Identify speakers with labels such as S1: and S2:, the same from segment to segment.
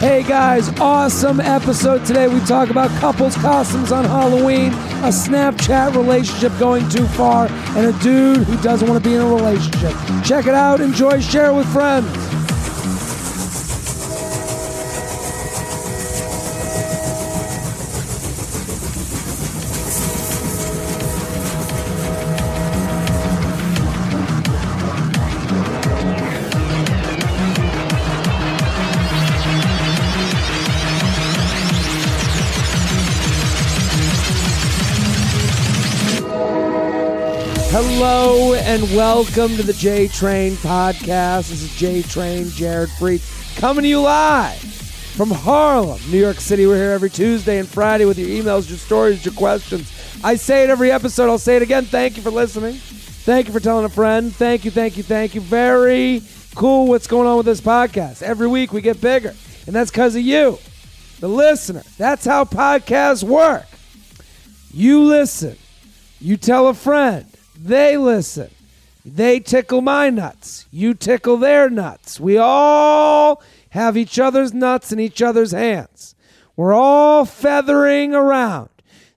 S1: Hey guys, awesome episode today. We talk about couples costumes on Halloween, a Snapchat relationship going too far, and a dude who doesn't want to be in a relationship. Check it out, enjoy, share with friends. Hello and welcome to the J Train podcast. This is J Train Jared Freed coming to you live from Harlem, New York City. We're here every Tuesday and Friday with your emails, your stories, your questions. I say it every episode. I'll say it again. Thank you for listening. Thank you for telling a friend. Thank you, thank you, thank you. Very cool what's going on with this podcast. Every week we get bigger, and that's because of you, the listener. That's how podcasts work. You listen. You tell a friend, they listen. They tickle my nuts. You tickle their nuts. We all have each other's nuts in each other's hands. We're all feathering around.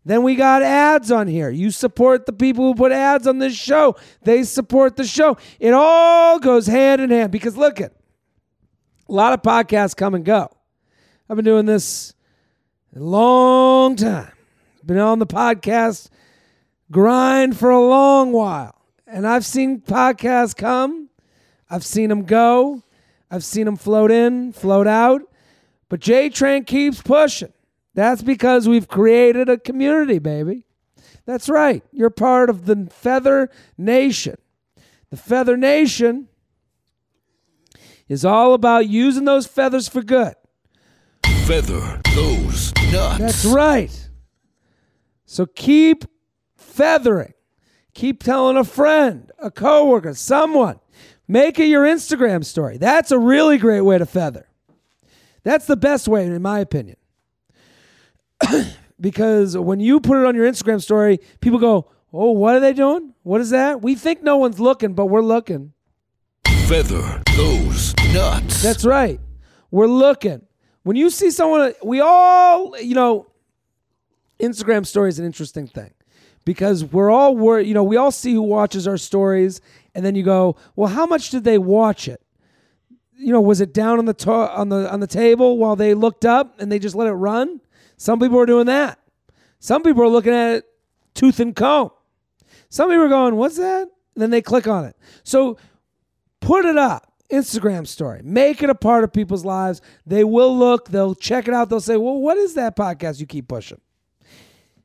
S1: Then we got ads on here. You support the people who put ads on this show, they support the show. It all goes hand in hand because look at a lot of podcasts come and go. I've been doing this a long time. Been on the podcast grind for a long while. And I've seen podcasts come, I've seen them go, I've seen them float in, float out. But J Train keeps pushing. That's because we've created a community, baby. That's right. You're part of the Feather Nation. The Feather Nation is all about using those feathers for good.
S2: Feather those nuts.
S1: That's right. So keep feathering. Keep telling a friend, a coworker, someone. Make it your Instagram story. That's a really great way to feather. That's the best way, in my opinion. because when you put it on your Instagram story, people go, Oh, what are they doing? What is that? We think no one's looking, but we're looking.
S2: Feather those nuts.
S1: That's right. We're looking. When you see someone, we all, you know, Instagram story is an interesting thing because we're all wor- you know we all see who watches our stories and then you go well how much did they watch it you know was it down on the to- on the on the table while they looked up and they just let it run some people are doing that some people are looking at it tooth and comb some people are going what's that and then they click on it so put it up instagram story make it a part of people's lives they will look they'll check it out they'll say well what is that podcast you keep pushing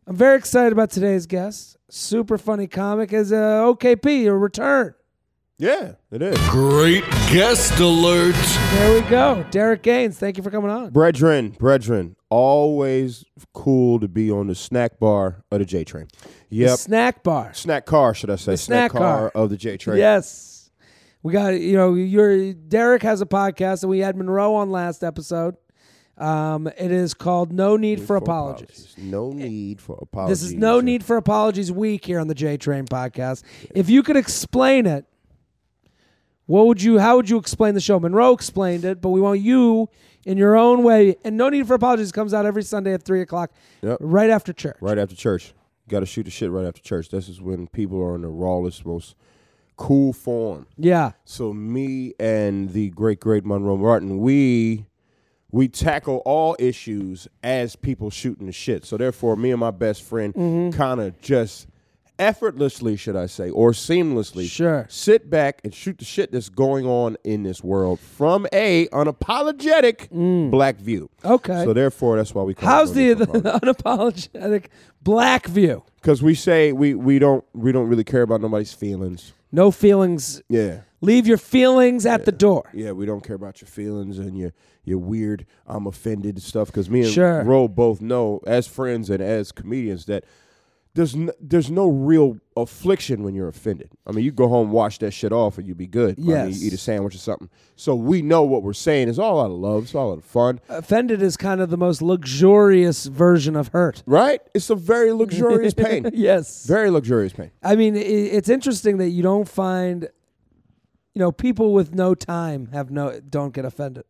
S1: I'm very excited about today's guest. Super funny comic is uh, a OKP, a return.
S3: Yeah, it is.
S2: Great guest alert.
S1: There we go. Derek Gaines, thank you for coming on.
S3: Brethren, brethren, always cool to be on the snack bar of the J train. Yep.
S1: Snack bar.
S3: snack car, should I say.
S1: snack car.
S3: of the J train.
S1: Yes. We got you know, your Derek has a podcast and we had Monroe on last episode. Um, it is called No Need for, Apologies.
S3: No need for apologies.
S1: This is No Need for Apologies week here on the J Train podcast. If you could explain it, what would you how would you explain the show? Monroe explained it, but we want you in your own way. And No Need for Apologies comes out every Sunday at three o'clock,
S3: Yep.
S1: right after church.
S3: Right after church. Got to shoot the shit right after church. This is when people are in the rawest, most cool form.
S1: Yeah.
S3: So me and the great great Monroe Martin, we we tackle all issues as people shooting the shit. So therefore, me and my best friend
S1: Mm-hmm.
S3: kind of just effortlessly, should I say, or seamlessly,
S1: Sure.
S3: sit back and shoot the shit that's going on in this world from a unapologetic black view.
S1: Mm. Okay.
S3: So therefore, that's why we call
S1: How's the, the unapologetic black view?
S3: because we say we we don't we don't really care about nobody's feelings.
S1: No feelings.
S3: Yeah.
S1: Leave your feelings at the door.
S3: Yeah, we don't care about your feelings and your your weird I'm offended stuff because me and
S1: Sure.
S3: Ro both know as friends and as comedians that there's n- there's no real affliction when you're offended. I mean, you go home, wash that shit off, and you be good. I mean,
S1: Yes.
S3: you eat a sandwich or something. So we know what we're saying is all out of love, it's all out of fun,
S1: Offended is kind of the most luxurious version of hurt.
S3: right? It's a very luxurious pain,
S1: Yes.
S3: very luxurious pain.
S1: I mean, i it's interesting that you don't find, you know, people with no time have no don't get offended.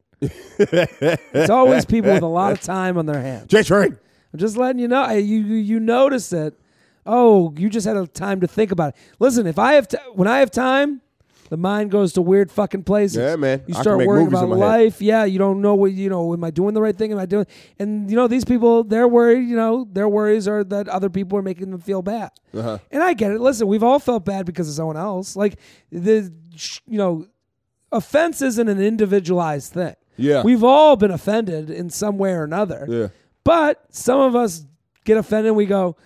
S1: It's always people with a lot of time on their hands.
S3: J Train.
S1: I'm just letting you know. Hey, You you, you notice it. Oh, you just had a time to think about it. Listen, if I have t- when I have time, the mind goes to weird fucking places.
S3: Yeah, man.
S1: You
S3: I can
S1: start
S3: make
S1: worrying
S3: movies
S1: about
S3: in my head.
S1: life. Yeah, you don't know what you know. Am I doing the right thing? Am I doing? And you know these people, their worry, you know, their worries are that other people are making them feel bad. Uh-huh. And I get it. Listen, we've all felt bad because of someone else. Like the, you know, offense isn't an individualized thing.
S3: Yeah.
S1: we've all been offended in some way or another.
S3: Yeah.
S1: But some of us get offended and we go,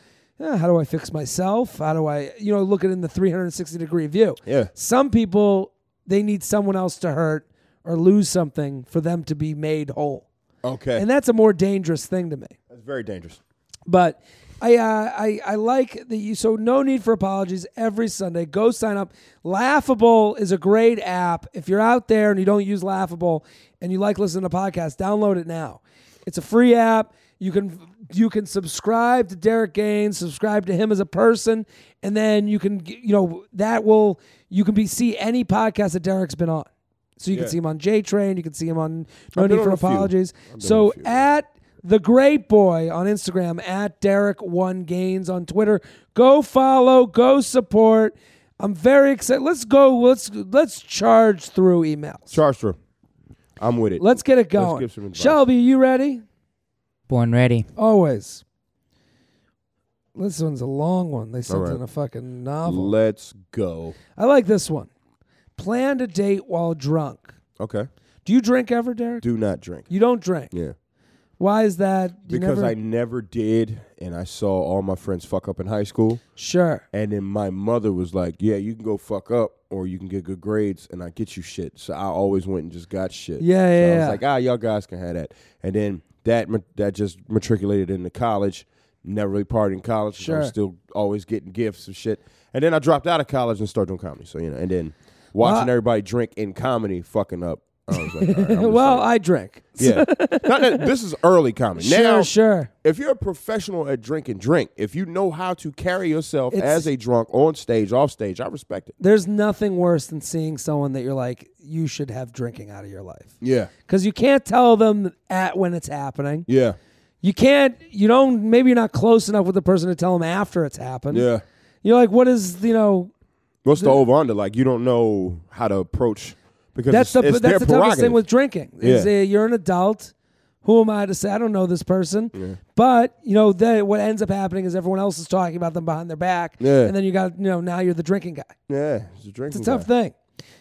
S1: "Eh, how do I fix myself? How do I, you know, look at it in the 360 degree view.
S3: Yeah.
S1: Some people, they need someone else to hurt or lose something for them to be made whole.
S3: Okay.
S1: And that's a more dangerous thing to me.
S3: That's very dangerous.
S1: But I, uh, I, I like that you. So no need for apologies every Sunday. Go sign up. Laughable is a great app. If you're out there and you don't use Laughable and you like listening to podcasts, download it now. It's a free app. You can you can subscribe to Derek Gaines, subscribe to him as a person, and then you can you know that will you can be see any podcast that Derek's been on. So you can
S3: Yeah.
S1: see him on J Train. You can see him on No
S3: I've been
S1: Need for
S3: on a few.
S1: Apologies.
S3: I've been on
S1: So
S3: a few, yeah.
S1: at the great boy on Instagram, at Derek One Gaines on Twitter. Go follow. Go support. I'm very excited. Let's go. Let's let's charge through emails.
S3: Charge through. I'm with it.
S1: Let's get it going.
S3: give some advice.
S1: Shelby, you ready?
S4: Born ready.
S1: Always. This one's a long one. They sent
S3: All right.
S1: in a fucking novel.
S3: Let's go.
S1: I like this one. Plan a date while drunk.
S3: Okay.
S1: Do you drink ever, Derek?
S3: Do not drink.
S1: You don't drink.
S3: Yeah.
S1: Why is that? You
S3: Because
S1: never-
S3: I never did, and I saw all my friends fuck up in high school.
S1: sure.
S3: And then my mother was like, "Yeah, you can go fuck up, or you can get good grades, and I get you shit." So I always went and just got shit.
S1: Yeah,
S3: so
S1: yeah,
S3: I was
S1: yeah.
S3: like, "Ah, y'all guys can have that." And then that ma- that just matriculated into college. Never really partied in college. 'cause I
S1: Sure.
S3: was still always getting gifts and shit. And then I dropped out of college and started doing comedy. So you know, and then watching
S1: Wow.
S3: everybody drink in comedy, fucking up. I was like, All right, I'm just
S1: Well,
S3: like-
S1: I drink.
S3: yeah. Not that- this is early comedy.
S1: Sure,
S3: now,
S1: sure.
S3: if you're a professional at drinking, drink. If you know how to carry yourself
S1: It's-
S3: as a drunk on stage, off stage, I respect it.
S1: There's nothing worse than seeing someone that you're like, you should have drinking out of your life.
S3: Yeah,
S1: Because you can't tell them at when it's happening.
S3: yeah,
S1: You can't, you don't, maybe you're not close enough with the person to tell them after it's happened.
S3: yeah.
S1: You're like, what is, you know,
S3: What's the over under? Like you don't know how to approach because
S1: that's the
S3: it's,
S1: that's
S3: it's
S1: the
S3: their
S1: toughest
S3: prerogative.
S1: thing with drinking. Is
S3: Yeah.
S1: uh, you're an adult. Who am I to say I don't know this person? But you know that what ends up happening is everyone else is talking about them behind their back,
S3: Yeah.
S1: and then you got you know now you're the drinking guy.
S3: yeah, it's a drinking.
S1: It's a tough
S3: guy.
S1: thing.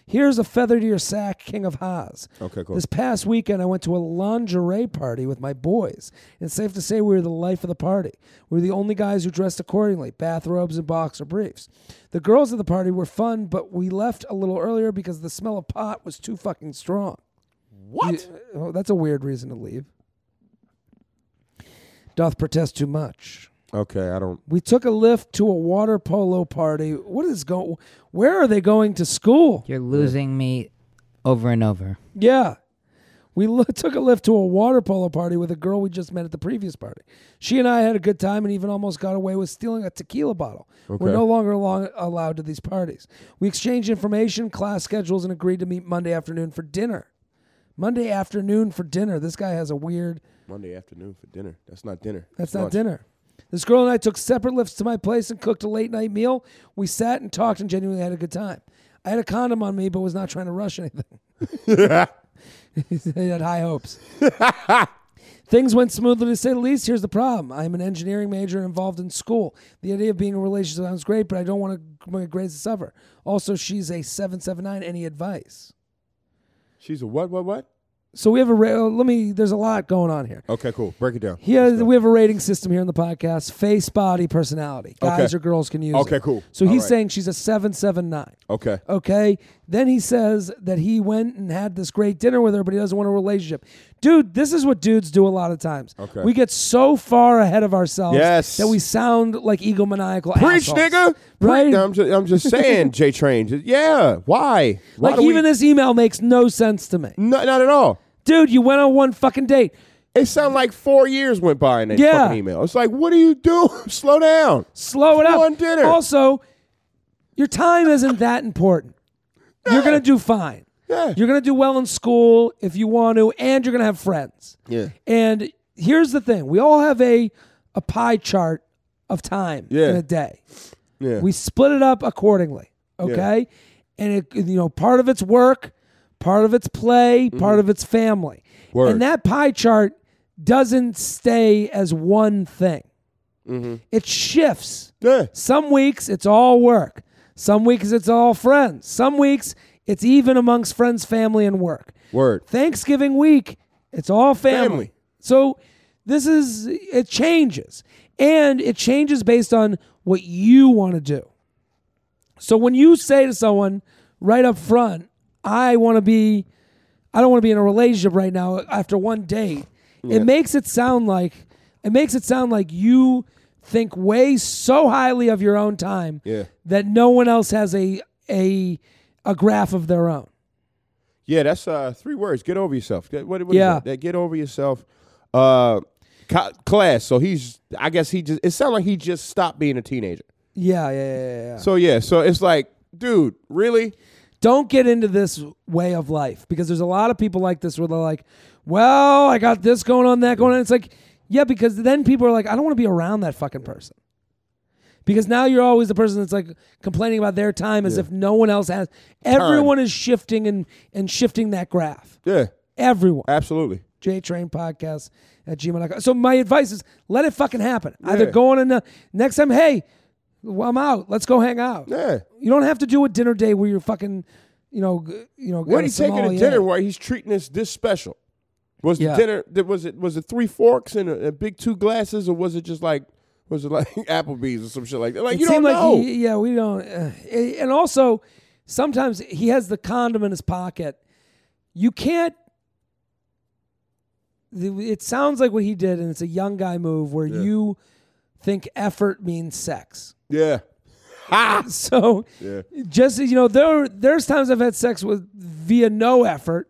S1: Here's a feather to your sack, King of Haas.
S3: Okay, cool.
S1: This past weekend, I went to a lingerie party with my boys. And it's safe to say we were the life of the party. We were the only guys who dressed accordingly bathrobes and boxer briefs. The girls at the party were fun, but we left a little earlier because the smell of pot was too fucking strong. What? oh, that's a weird reason to leave. Doth protest too much.
S3: Okay, I don't.
S1: We took a lift to a water polo party. What is going? Where are they going to school?
S4: You're losing me over and over.
S1: Yeah. We lo- took a lift to a water polo party with a girl we just met at the previous party. She and I had a good time and even almost got away with stealing a tequila bottle. We're
S3: Okay.
S1: no longer along- allowed to these parties. We exchanged information, class schedules, and agreed to meet Monday afternoon for dinner. Monday afternoon for dinner. This guy has a weird.
S3: Monday afternoon for dinner. That's not dinner.
S1: That's
S3: It's
S1: not
S3: lunch.
S1: dinner. This girl and I took separate lifts to my place and cooked a late night meal. We sat and talked and genuinely had a good time. I had a condom on me, but was not trying to rush anything. he had high hopes. Things went smoothly to say the least. Here's the problem I'm an engineering major and involved in school. The idea of being in a relationship sounds great, but I don't want to, my grades to suffer. Also, she's a 779. Any advice?
S3: She's a what? What? What?
S1: So we have a, ra- let me, there's a lot going on here.
S3: Okay, cool. Break it down.
S1: He has, we have a rating system here in the podcast: face, body, personality. Guys
S3: Okay.
S1: or girls can use.
S3: Okay,
S1: it.
S3: cool.
S1: So he's
S3: All right.
S1: saying she's a seven seven nine.
S3: Okay.
S1: Okay. Then he says that he went and had this great dinner with her, but he doesn't want a relationship. Dude, this is what dudes do a lot of times.
S3: Okay.
S1: We get so far ahead of ourselves
S3: Yes.
S1: that we sound like egomaniacal
S3: Preach,
S1: assholes.
S3: nigga.
S1: Right?
S3: Preach. I'm just, I'm just saying, J Train. just- Yeah. Why? Why
S1: like
S3: do we-
S1: even this email makes no sense to me.
S3: No, not at all.
S1: Dude, you went on one fucking date.
S3: It sounded like four years went by in that
S1: Yeah.
S3: fucking email. It's like, what do you do? Slow down.
S1: Slow it up.
S3: One dinner.
S1: Also, your time isn't that important. You're gonna do fine.
S3: Yeah.
S1: You're going to do well in school if you want to, and you're going to have friends.
S3: Yeah.
S1: And here's the thing we all have a, a pie chart of time
S3: Yeah.
S1: in a day.
S3: Yeah.
S1: We split it up accordingly. Okay. And it, you know, part of it's work, part of it's play,
S3: Mm-hmm.
S1: part of it's family.
S3: Word.
S1: And that pie chart doesn't stay as one thing.
S3: Mm-hmm.
S1: It shifts.
S3: yeah.
S1: Some weeks it's all work. Some weeks it's all friends. Some weeks it's even amongst friends, family, and work.
S3: Word.
S1: Thanksgiving week, it's all family.
S3: Family.
S1: So this is it changes. And it changes based on what you want to do. So when you say to someone right up front, I want to be I don't want to be in a relationship right now after one date, it makes it sound like it makes it sound like you think way so highly of your own time
S3: Yeah.
S1: that no one else has a a a graph of their own.
S3: Yeah, that's uh, three words. Get over yourself. Get, what, what is
S1: Yeah.
S3: that? That Get over yourself. Uh, co- class. So he's. I guess he just. It sounds like he just stopped being a teenager.
S1: Yeah, yeah, yeah, yeah, yeah.
S3: So yeah. So it's like, dude, really?
S1: don't get into this way of life because there's a lot of people like this where they're like, well, I got this going on, that going on. It's like, yeah, because then people are like, I don't want to be around that fucking person. Because now you're always the person that's like complaining about their time as if no one else has. Everyone is shifting and, and shifting that graph.
S3: Yeah.
S1: Everyone.
S3: Absolutely.
S1: JTrain podcast at gmail.com. So my advice is let it fucking happen. Either
S3: Yeah.
S1: go on and uh, next time, hey, well, I'm out. Let's go hang out.
S3: Yeah.
S1: You don't have to do a dinner day where you're fucking, you know, g- you know.
S3: What
S1: got
S3: he taking
S1: Somalia.
S3: to dinner where he's treating us this special? Was
S1: Yeah.
S3: the dinner? That was it? Was it three forks and a, a big two glasses, or was it just like? Was it like Applebee's or some shit like that? Like
S1: It
S3: you don't
S1: seemed like
S3: know.
S1: he- yeah, we don't. Uh, and also, sometimes he has the condom in his pocket. You can't. the- It sounds like what he did, and it's a young guy move where you think effort means sex.
S3: yeah.
S1: So
S3: Yeah.
S1: just you know, there there's times I've had sex with via no effort,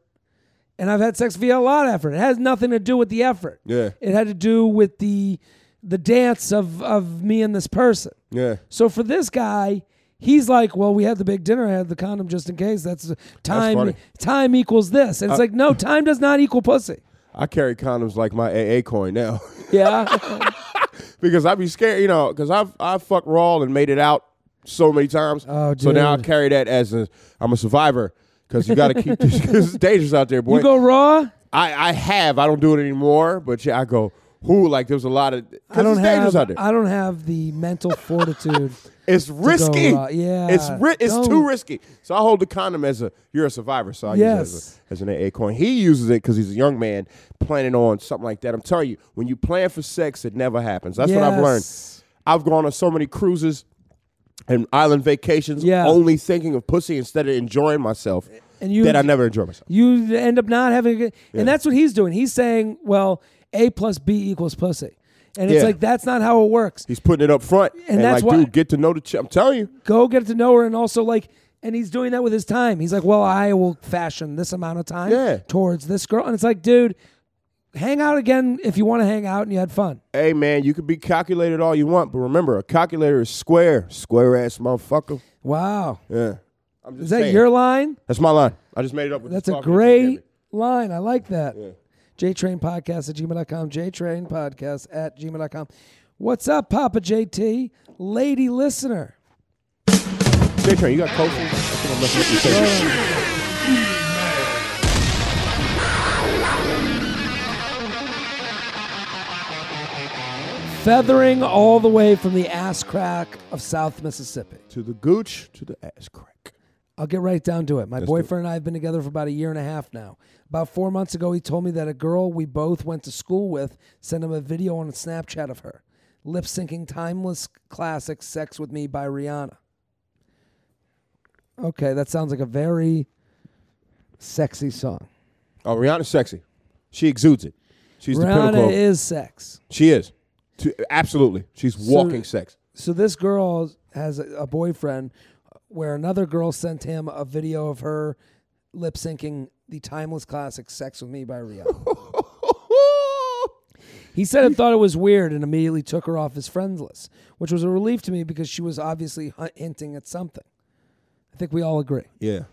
S1: and I've had sex via a lot of effort. It has nothing to do with the effort.
S3: Yeah.
S1: It had to do with the the dance of of me and this person.
S3: Yeah.
S1: So for this guy, he's like, "Well, we had the big dinner. I had the condom just in case. That's uh, time.
S3: funny. Uh,
S1: time equals this." And it's like, no, time does not equal pussy.
S3: I carry condoms like my AA coin now.
S1: Yeah,
S3: because I'd be scared, you know, because I've I fucked raw and made it out so many times.
S1: Oh,
S3: So now I
S1: dude.
S3: carry that as a I'm a survivor because you got to keep this 'cause it's dangerous out there, boy.
S1: you go raw.
S3: I I have I don't do it anymore, but yeah, I go. Who like there's a lot of
S1: I
S3: because
S1: don't
S3: it's dangerous
S1: have.
S3: out there.
S1: I don't have the mental fortitude.
S3: it's risky.
S1: raw, uh, yeah.
S3: it's ri- it's
S1: Don't-
S3: too risky. So I hold the condom as a you're a survivor. So I use it
S1: Yes.
S3: as, a, as an AA coin. He uses it because he's a young man planning on something like that. I'm telling you, when you plan for sex, it never happens. That's what I've learned.
S1: Yes.
S3: I've gone on so many cruises and island vacations
S1: Yeah.
S3: only thinking of pussy instead of enjoying myself
S1: And you-
S3: that I never enjoy myself.
S1: you end up not having a good, and that's what he's doing. He's saying, well, A plus B equals pussy. And it's
S3: Yeah.
S1: like, that's not how it works.
S3: He's putting it up front and,
S1: that's
S3: like,
S1: why-
S3: dude, get to know the chick. I'm telling you.
S1: Go get to know her. And also, like, and he's doing that with his time. He's like, well, I will fashion this amount of time
S3: Yeah.
S1: towards this girl. And it's like, dude, hang out again if you want to hang out and you had fun.
S3: Hey man, you can be calculated all you want, but remember a calculator is square, square ass motherfucker.
S1: Wow.
S3: Yeah. I'm just
S1: Is that
S3: saying.
S1: your line?
S3: That's my line. I just made it up with
S1: That's
S3: this
S1: a
S3: talking shit you gave me.
S1: great line. I like that. JTrain Podcast at gmail.com. JTrain Podcast at gmail.com. What's up, Papa JT? Lady listener.
S3: J Train, you got coaches? I think I'm messing with you.
S1: feathering all the way from the ass crack of South Mississippi.
S3: To the gooch, to the ass crack.
S1: I'll get right down to it. My boyfriend and I have been together for about a year and a half now. About four months ago, he told me that a girl we both went to school with sent him a video on Snapchat of her lip syncing timeless classic Sex with Me by Rihanna. Okay, that sounds like a very sexy song.
S3: Oh, Rihanna's sexy. She exudes it. She's the pinnacle.
S1: Rihanna
S3: of-
S1: is sex.
S3: She is. To, absolutely. She's walking sex.
S1: so this girl has a, a boyfriend where another girl sent him a video of her lip syncing the timeless classic Sex with Me by Rihanna. he said he thought it was weird and immediately took her off his friends list, which was a relief to me because she was obviously hu- hinting at something. I think we all agree.
S3: Yeah.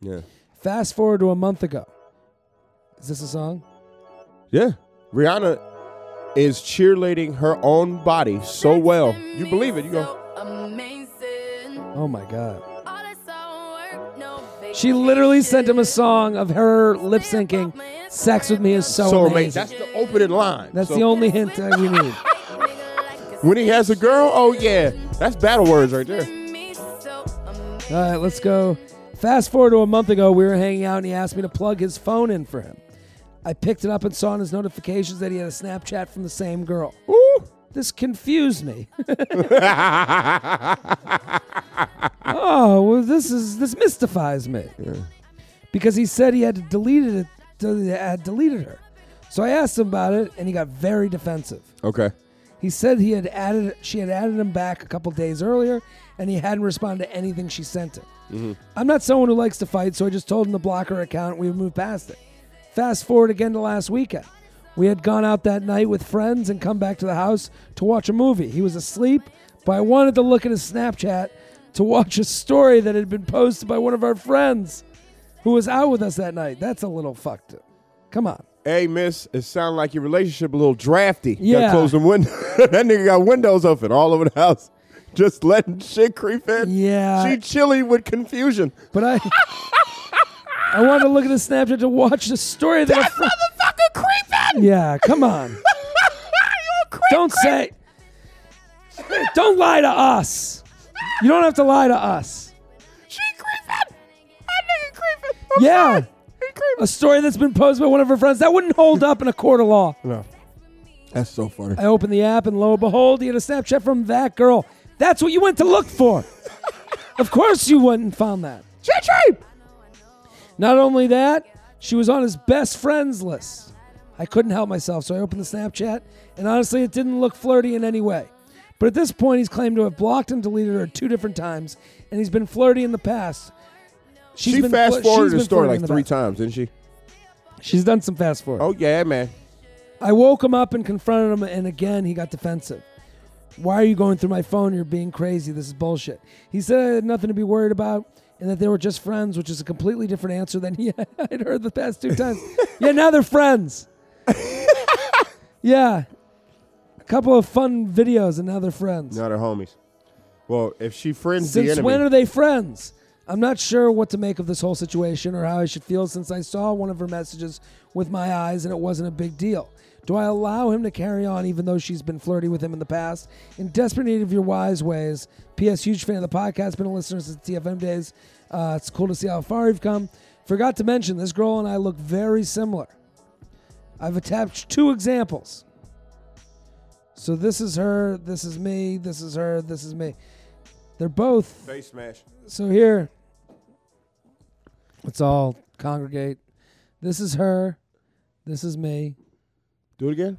S3: Yeah.
S1: Fast forward to a month ago. Is this a song?
S3: Yeah. Rihanna is cheerleading her own body so well. You believe it. You go,
S5: Amazing.
S1: Oh my God.
S5: All this hard work, no
S1: She literally sent him a
S5: vacation.
S1: song of her lip syncing Sex with Me is so,
S3: so amazing.
S1: amazing.
S3: That's the opening line.
S1: That's
S3: So
S1: the only hint that we need.
S3: When he has a girl, oh yeah. That's battle words right there.
S5: Me so amazing.
S1: All right, let's go. Fast forward to a month ago, we were hanging out and he asked me to plug his phone in for him. I picked it up and saw in his notifications that he had a Snapchat from the same girl.
S3: Woo.
S1: This confused me. oh, well, this is this mystifies me. Because he said he had deleted it, del- had deleted her. So I asked him about it, and he got very defensive.
S3: Okay.
S1: He said he had added she had added him back a couple days earlier, and he hadn't responded to anything she sent him. I'm not someone who likes to fight, so I just told him to block her account. We moved past it. Fast forward again to last weekend. We had gone out that night with friends and come back to the house to watch a movie. He was asleep, but I wanted to look at his Snapchat to watch a story that had been posted by one of our friends who was out with us that night. That's a little fucked up. Come on.
S3: Hey, miss, it sounds like your relationship a little drafty. You
S1: Yeah.
S3: Gotta close them windows. that nigga got windows open all over the house. Just letting shit creep in.
S1: Yeah.
S3: She chilly with confusion.
S1: But I I wanted to look at the Snapchat to watch the story that, I fr-
S3: Motherfucker creeping!
S1: Yeah, come on. Don't say Don't lie to us. You don't have to lie to us.
S3: She creeping! That nigga creeping! Oh,
S1: Yeah.
S3: He creeping.
S1: A story that's been posed by one of her friends that wouldn't hold up in a court of law.
S3: No. That's so funny.
S1: I opened the app and lo and behold, he had a Snapchat from that girl. That's what you went to look for. of course you went and found that. Not only that, she was on his best friends list. I couldn't help myself, so I opened the Snapchat, and honestly, it didn't look flirty in any way. But at this point, he's claimed to have blocked and deleted her two different times, and he's been flirty in the past. She's
S3: She
S1: been
S3: fast
S1: flir-
S3: forwarded
S1: she's
S3: the
S1: been
S3: story
S1: flirting
S3: like
S1: in the
S3: three
S1: past.
S3: times, didn't she?
S1: She's done some fast forward.
S3: Oh, yeah, man.
S1: I woke him up and confronted him, and again he got defensive. Why are you going through my phone? You're being crazy. This is bullshit. He said I had nothing to be worried about and that they were just friends, which is a completely different answer than he I'd heard the past two times. yeah, now they're friends. yeah. A couple of fun videos, and now they're friends.
S3: Now they're homies. Well, if she friends the
S1: Since
S3: enemy.
S1: when are they friends? I'm not sure what to make of this whole situation or how I should feel since I saw one of her messages with my eyes and it wasn't a big deal. Do I allow him to carry on even though she's been flirty with him in the past? In desperate need of your wise ways. P.S. Huge fan of the podcast. Been a listener since TFM days. Uh, it's cool to see how far you've come. Forgot to mention, this girl and I look very similar. I've attached two examples. So this is her, this is me, this is her, this is me. They're both
S3: Face smash.
S1: so here, let's all congregate. This is her. This is me.
S3: Do it again.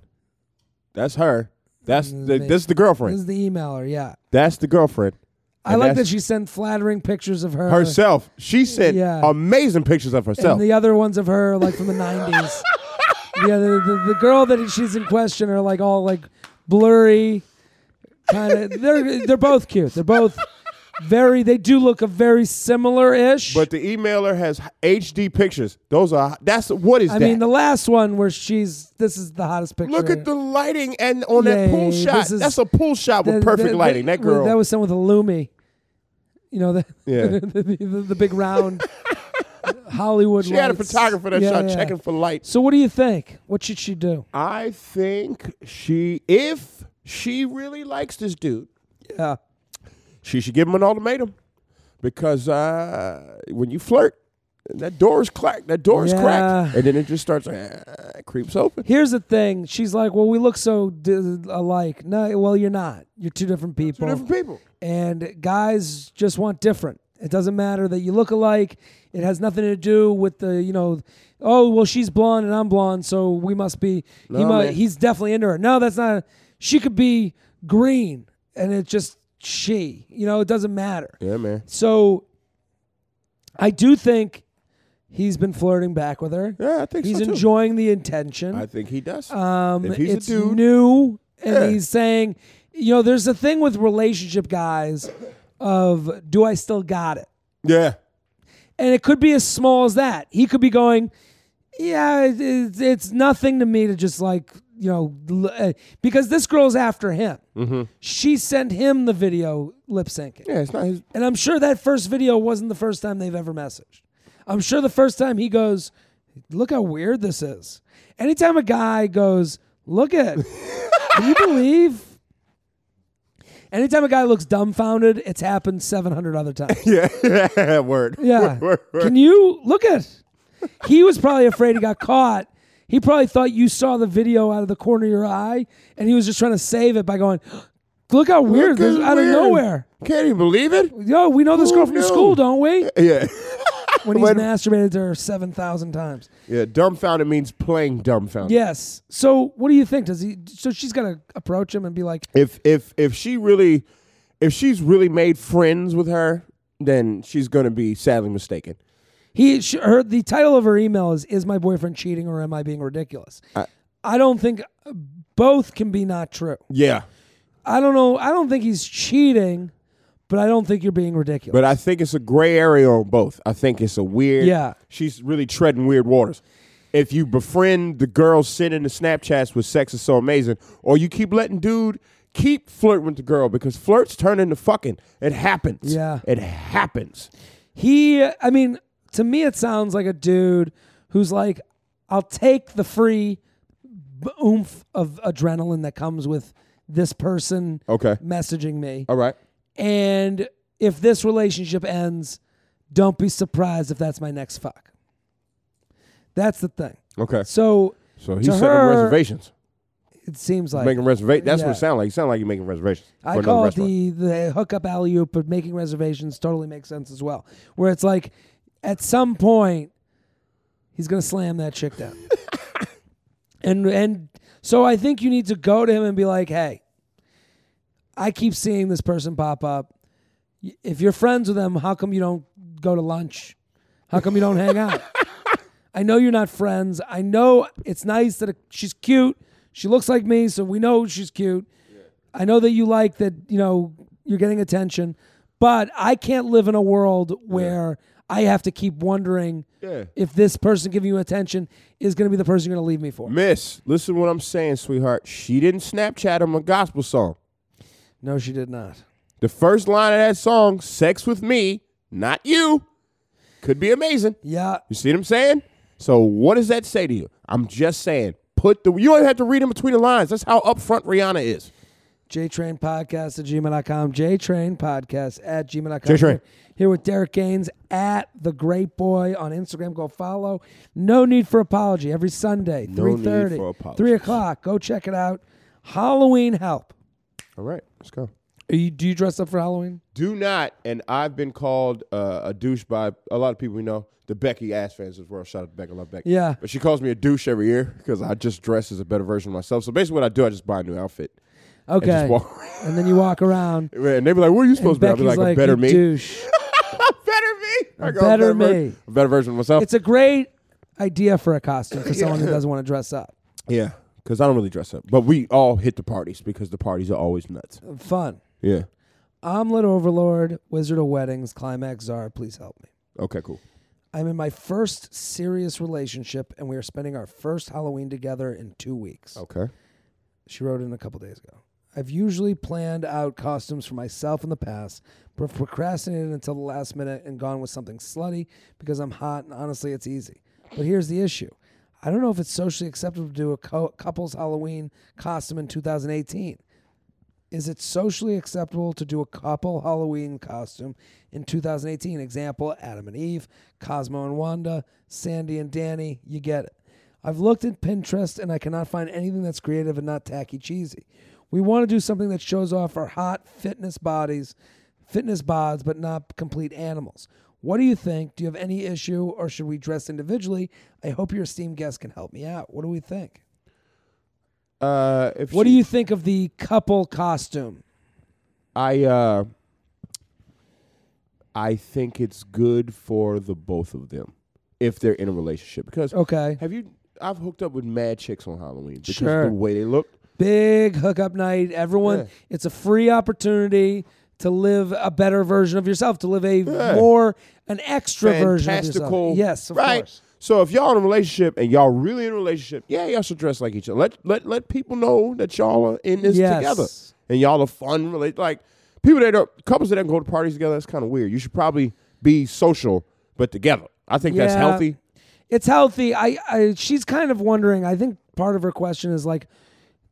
S3: That's her. That's
S1: This is
S3: the,
S1: me.
S3: this is the
S1: Mm, This
S3: girlfriend.
S1: is the emailer. Yeah,
S3: That's the girlfriend.
S1: I
S3: And
S1: like that
S3: that's
S1: she sent flattering pictures of her
S3: herself. She sent
S1: Uh, Yeah.
S3: amazing pictures of herself.
S1: and the other ones of her, like from the nineties. yeah, the, the, the girl that she's in question are like all like blurry, kind of. They're they're both cute. They're both very. They do look a very similar ish.
S3: but the emailer has HD pictures. Those are that's what is
S1: I
S3: that?
S1: mean, the last one where she's this is the hottest picture.
S3: Look at the lighting and on
S1: Yeah,
S3: that pool
S1: yeah,
S3: shot.
S1: this is-
S3: that's a pool shot with
S1: Th-
S3: perfect
S1: th-
S3: lighting. That
S1: w-
S3: girl.
S1: That was someone with a Lumi. You know, the,
S3: Yeah.
S1: the, the, the- the big round Hollywood
S3: she had a
S1: lights.
S3: photographer that
S1: Yeah,
S3: shot
S1: yeah.
S3: checking for lights.
S1: So, what do you think? What should she do?
S3: I think she, if she really likes this dude,
S1: Yeah.
S3: she should give him an ultimatum because uh, when you flirt, that door is cracked. That door is
S1: Yeah.
S3: cracked, and then it just starts uh, creeps open.
S1: Here's the thing. She's like, well, we look so d- alike. No, well, you're not. You're two different
S3: Two
S1: people.
S3: different people.
S1: and guys just want different. It doesn't matter that you look alike. It has nothing to do with the you know, oh well, she's blonde and I'm blonde, so we must be. he
S3: No,
S1: mu-
S3: man.
S1: he's definitely into her. No, that's not. She could be green, and it's just she. You know, it doesn't matter.
S3: Yeah, man.
S1: So, I do think he's been flirting back with her.
S3: Yeah, I think
S1: He's
S3: so too.
S1: enjoying the attention.
S3: I think he does.
S1: Um,
S3: If he's a
S1: it's
S3: dude-
S1: new, and
S3: Yeah.
S1: he's saying, you know, there's a thing with relationship guys of do I still got it?
S3: yeah,
S1: And it could be as small as that. He could be going, yeah, it- it's, it's nothing to me to just like, you know, l- uh, because this girl's after him.
S3: Mm-hmm.
S1: She sent him the video lip syncing.
S3: Yeah, it's not his.
S1: And I'm sure that first video wasn't the first time they've ever messaged. I'm sure the first time he goes, Look how weird this is. Anytime a guy goes, Look at, can you believe? Anytime a guy looks dumbfounded, it's happened 700 other times.
S3: Yeah, word.
S1: Yeah.
S3: Word, word.
S1: Can you look at? He was probably afraid he got caught. He probably thought you saw the video out of the corner of your eye, and he was just trying to save it by going, "Look how weird
S3: Look
S1: this
S3: at
S1: out of
S3: weird.
S1: nowhere."
S3: Can you believe it?
S1: Yo, we know this
S3: Who
S1: girl from
S3: knew?
S1: school, don't we?
S3: Yeah.
S1: When he's
S3: When-
S1: masturbated to her seven thousand times.
S3: Yeah, dumbfounded means playing dumbfounded.
S1: Yes. So, what do you think? Does he? So she's gonna approach him and be like,
S3: If if if she really if she's really made friends with her, then she's going to be sadly mistaken.
S1: He sh her the title of her email is "Is my boyfriend cheating or am I being ridiculous?" I, don't think both can be not true.
S3: Yeah.
S1: I don't know. I don't think he's cheating, but I don't think you're being ridiculous.
S3: But I think it's a gray area on both. I think it's a weird.
S1: Yeah.
S3: She's really treading weird waters. If you befriend the girl sending the Snapchats with sex is so amazing, or you keep letting dude keep flirting with the girl because flirts turn into fucking. It happens.
S1: Yeah.
S3: It happens.
S1: he, I mean, to me, it sounds like a dude who's like, "I'll take the free b- oomph of adrenaline that comes with this person
S3: Okay.
S1: messaging me."
S3: All right.
S1: And if this relationship ends, don't be surprised if that's my next fuck. That's the thing.
S3: Okay.
S1: So
S3: So he's
S1: To
S3: setting
S1: her-
S3: reservations.
S1: it seems like
S3: making reservations. That's what
S1: yeah.
S3: it sounds like. It sounds like you're making reservations.
S1: I
S3: for another
S1: call it
S3: restaurant.
S1: the, the hookup alley oop, but making reservations totally makes sense as well. Where it's like, at some point, he's gonna slam that chick down, and and so I think you need to go to him and be like, hey, I keep seeing this person pop up. Y- If you're friends with them, how come you don't go to lunch? How come you don't hang out? I know you're not friends. I know it's nice that she's cute. She looks like me, so we know she's cute. I know that you like that, you know, you're getting attention, but I can't live in a world where I have to keep wondering
S3: Yeah.
S1: if this person giving you attention is going to be the person you're going to leave me for.
S3: Miss, listen to what I'm saying, sweetheart. She didn't Snapchat him a gospel song.
S1: No, she did not.
S3: The first line of that song, Sex with Me, not you, could be amazing.
S1: Yeah.
S3: You see what I'm saying? So what does that say to you? I'm just saying, put the you don't have to read in between the lines. That's how upfront Rihanna is.
S1: JTrain Podcast at gmail.com. JTrain Podcast at gmail.com.
S3: JTrain.
S1: Here with Derek Gaines at The Great Boy on Instagram. Go follow. No need for apology. Every Sunday,
S3: No need
S1: 3.30,
S3: for apologies.
S1: 3 o'clock. Go check it out. Halloween help.
S3: All right, let's go.
S1: Are you, do you dress up for Halloween?
S3: Do not, and I've been called uh, a douche by a lot of people we know, the Becky Ass fans as well. Shout out to Becky, I love Becky.
S1: Yeah.
S3: But she calls me a douche every year because I just dress as a better version of myself. So basically what I do, I just buy a new outfit.
S1: Okay.
S3: And just walk
S1: and then you walk around.
S3: And they be like, what are you supposed to be? I'll be
S1: Becky's
S3: like,
S1: like,
S3: a better
S1: "You
S3: me.
S1: douche.
S3: better me. I
S1: A
S3: go,
S1: better
S3: ver-
S1: me.
S3: A better version of myself.
S1: It's a great idea for a costume for someone who doesn't want to dress up.
S3: yeah, because I don't really dress up, but we all hit the parties because the parties are always nuts.
S1: Oh. Fun.
S3: Yeah.
S1: Omelet Overlord, Wizard of Weddings, Climax Czar, please help me.
S3: Okay. Cool.
S1: I'm in my first serious relationship, and we are spending our first Halloween together in two weeks.
S3: Okay.
S1: She wrote in a couple days ago. I've usually planned out costumes for myself in the past, but procrastinated until the last minute and gone with something slutty because I'm hot and honestly it's easy. But here's the issue I don't know if it's socially acceptable to do a co- couple's Halloween costume in 2018. Is it socially acceptable to do a couple Halloween costume in 2018? Example Adam and Eve, Cosmo and Wanda, Sandy and Danny. You get it. I've looked at Pinterest and I cannot find anything that's creative and not tacky cheesy. We want to do something that shows off our hot fitness bodies, fitness bods, but not complete animals. What do you think? Do you have any issue or should we dress individually? I hope your esteemed guest can help me out. What do we think?
S3: Uh, if
S1: What do
S3: she-
S1: you think of the couple costume?
S3: I uh, I think it's good for the both of them if they're in a relationship because
S1: Okay.
S3: have you? I've hooked up with mad chicks on Halloween because
S1: Sure.
S3: the way they look.
S1: big hookup night. Everyone,
S3: Yeah.
S1: it's a free opportunity to live a better version of yourself, to live a
S3: Yeah.
S1: more an extra version of
S3: fantastical.
S1: yourself. Yes, of
S3: right.
S1: course.
S3: So if y'all in a relationship and y'all really in a relationship, yeah, y'all should dress like each other. Let let let people know that y'all are in this
S1: Yes.
S3: together and y'all are fun. Relate like people that don't couples that don't go to parties together. That's kind of weird. You should probably be social but together. I think that's
S1: Yeah.
S3: healthy.
S1: It's healthy. I, I she's kind of wondering. I think part of her question is like,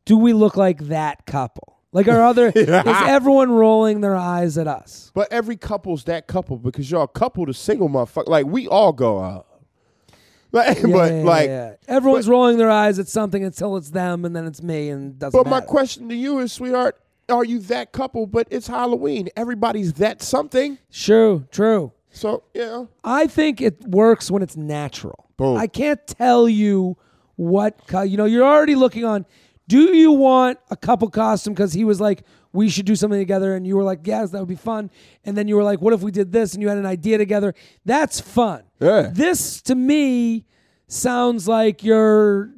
S1: do we look like that couple? Like our other is everyone rolling their eyes at us?
S3: But every couple's that couple because y'all coupled is single motherfucker. Like we all go out. Like, but
S1: Yeah,
S3: like
S1: yeah. everyone's rolling their eyes at something until it's them and then it's me and it doesn't
S3: But my
S1: matter.
S3: question to you is, sweetheart, are you that couple? But it's Halloween. Everybody's that something.
S1: Sure, true.
S3: So yeah.
S1: I think it works when it's natural.
S3: Boom.
S1: I can't tell you what co- you know. You're already looking on. Do you want a couple costume? Because he was like, we should do something together, and you were like, yes, that would be fun. And then you were like, what if we did this? And you had an idea together. That's fun.
S3: Yeah.
S1: This to me sounds like you're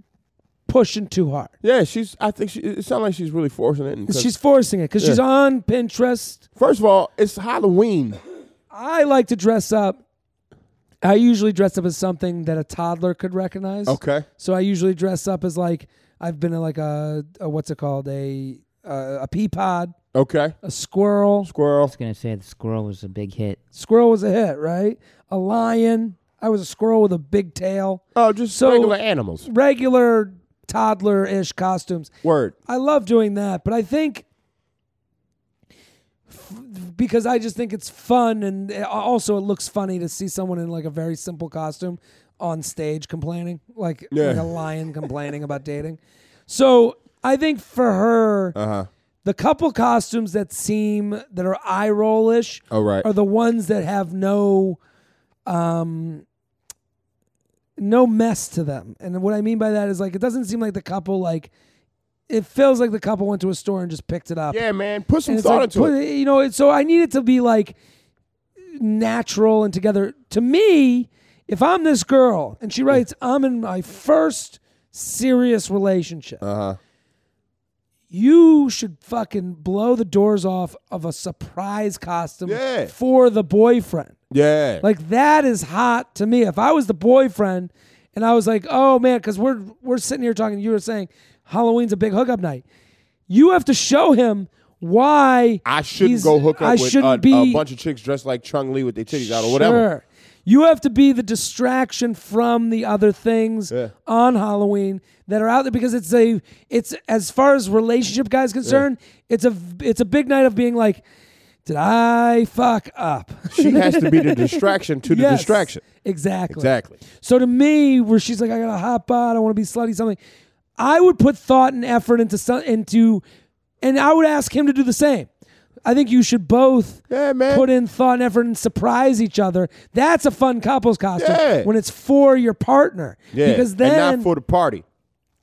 S1: pushing too hard.
S3: Yeah, she's. I think she. It sounds like she's really forcing it. and- 'cause-
S1: She's forcing it because she's on Pinterest.
S3: first of all, it's Halloween.
S1: I like to dress up. I usually dress up as something that a toddler could recognize.
S3: Okay.
S1: So I usually dress up as like I've been in like a, a what's it called a uh, a pea pod,
S3: Okay.
S1: a squirrel.
S3: Squirrel.
S4: was gonna say the squirrel was a big hit.
S1: Squirrel was a hit, right? A lion. I was a squirrel with a big tail.
S3: Oh, just
S1: So-
S3: regular animals.
S1: Regular toddler-ish costumes.
S3: Word.
S1: I love doing that, but I think f- because I just think it's fun, and it- also it looks funny to see someone in like a very simple costume on stage complaining, like,
S3: Yeah.
S1: like a lion complaining about dating. So I think for her,
S3: Uh huh.
S1: the couple costumes that seem that are eye rollish
S3: All Oh, right.
S1: are the ones that have no um no mess to them and what i mean by that is like it doesn't seem like the couple like it feels like the couple went to a store and just picked it up
S3: Yeah, man. Put some
S1: and it's
S3: thought
S1: like,
S3: into
S1: put-
S3: it.
S1: you know it- so i need it to be like natural and together to me if i'm this girl and she writes i'm in my first serious relationship
S3: Uh huh.
S1: you should fucking blow the doors off of a surprise costume
S3: Yeah.
S1: for the boyfriend.
S3: Yeah.
S1: Like that is hot to me. If I was the boyfriend and I was like, "Oh man, cuz we're we're sitting here talking, you were saying Halloween's a big hookup night." You have to show him why
S3: I shouldn't
S1: he's-
S3: go hook up
S1: I
S3: with
S1: shouldn't
S3: a,
S1: be-
S3: a bunch of chicks dressed like Chung Lee with their titties out or whatever.
S1: Sure. You have to be the distraction from the other things
S3: Yeah.
S1: on Halloween that are out there because it's a it's as far as relationship guys concerned, it's a it's a big night of being like, did I fuck up?
S3: She has to be the distraction to the
S1: Yes.
S3: distraction.
S1: Exactly.
S3: Exactly.
S1: So to me, where she's like, I got a hot pot, I want to be slutty, something. I would put thought and effort into some, into, and I would ask him to do the same. I think you should both
S3: Yeah, man.
S1: put in thought and effort and surprise each other. That's a fun couples costume
S3: Yeah.
S1: when it's for your partner.
S3: Yeah.
S1: Because then
S3: and not for the party.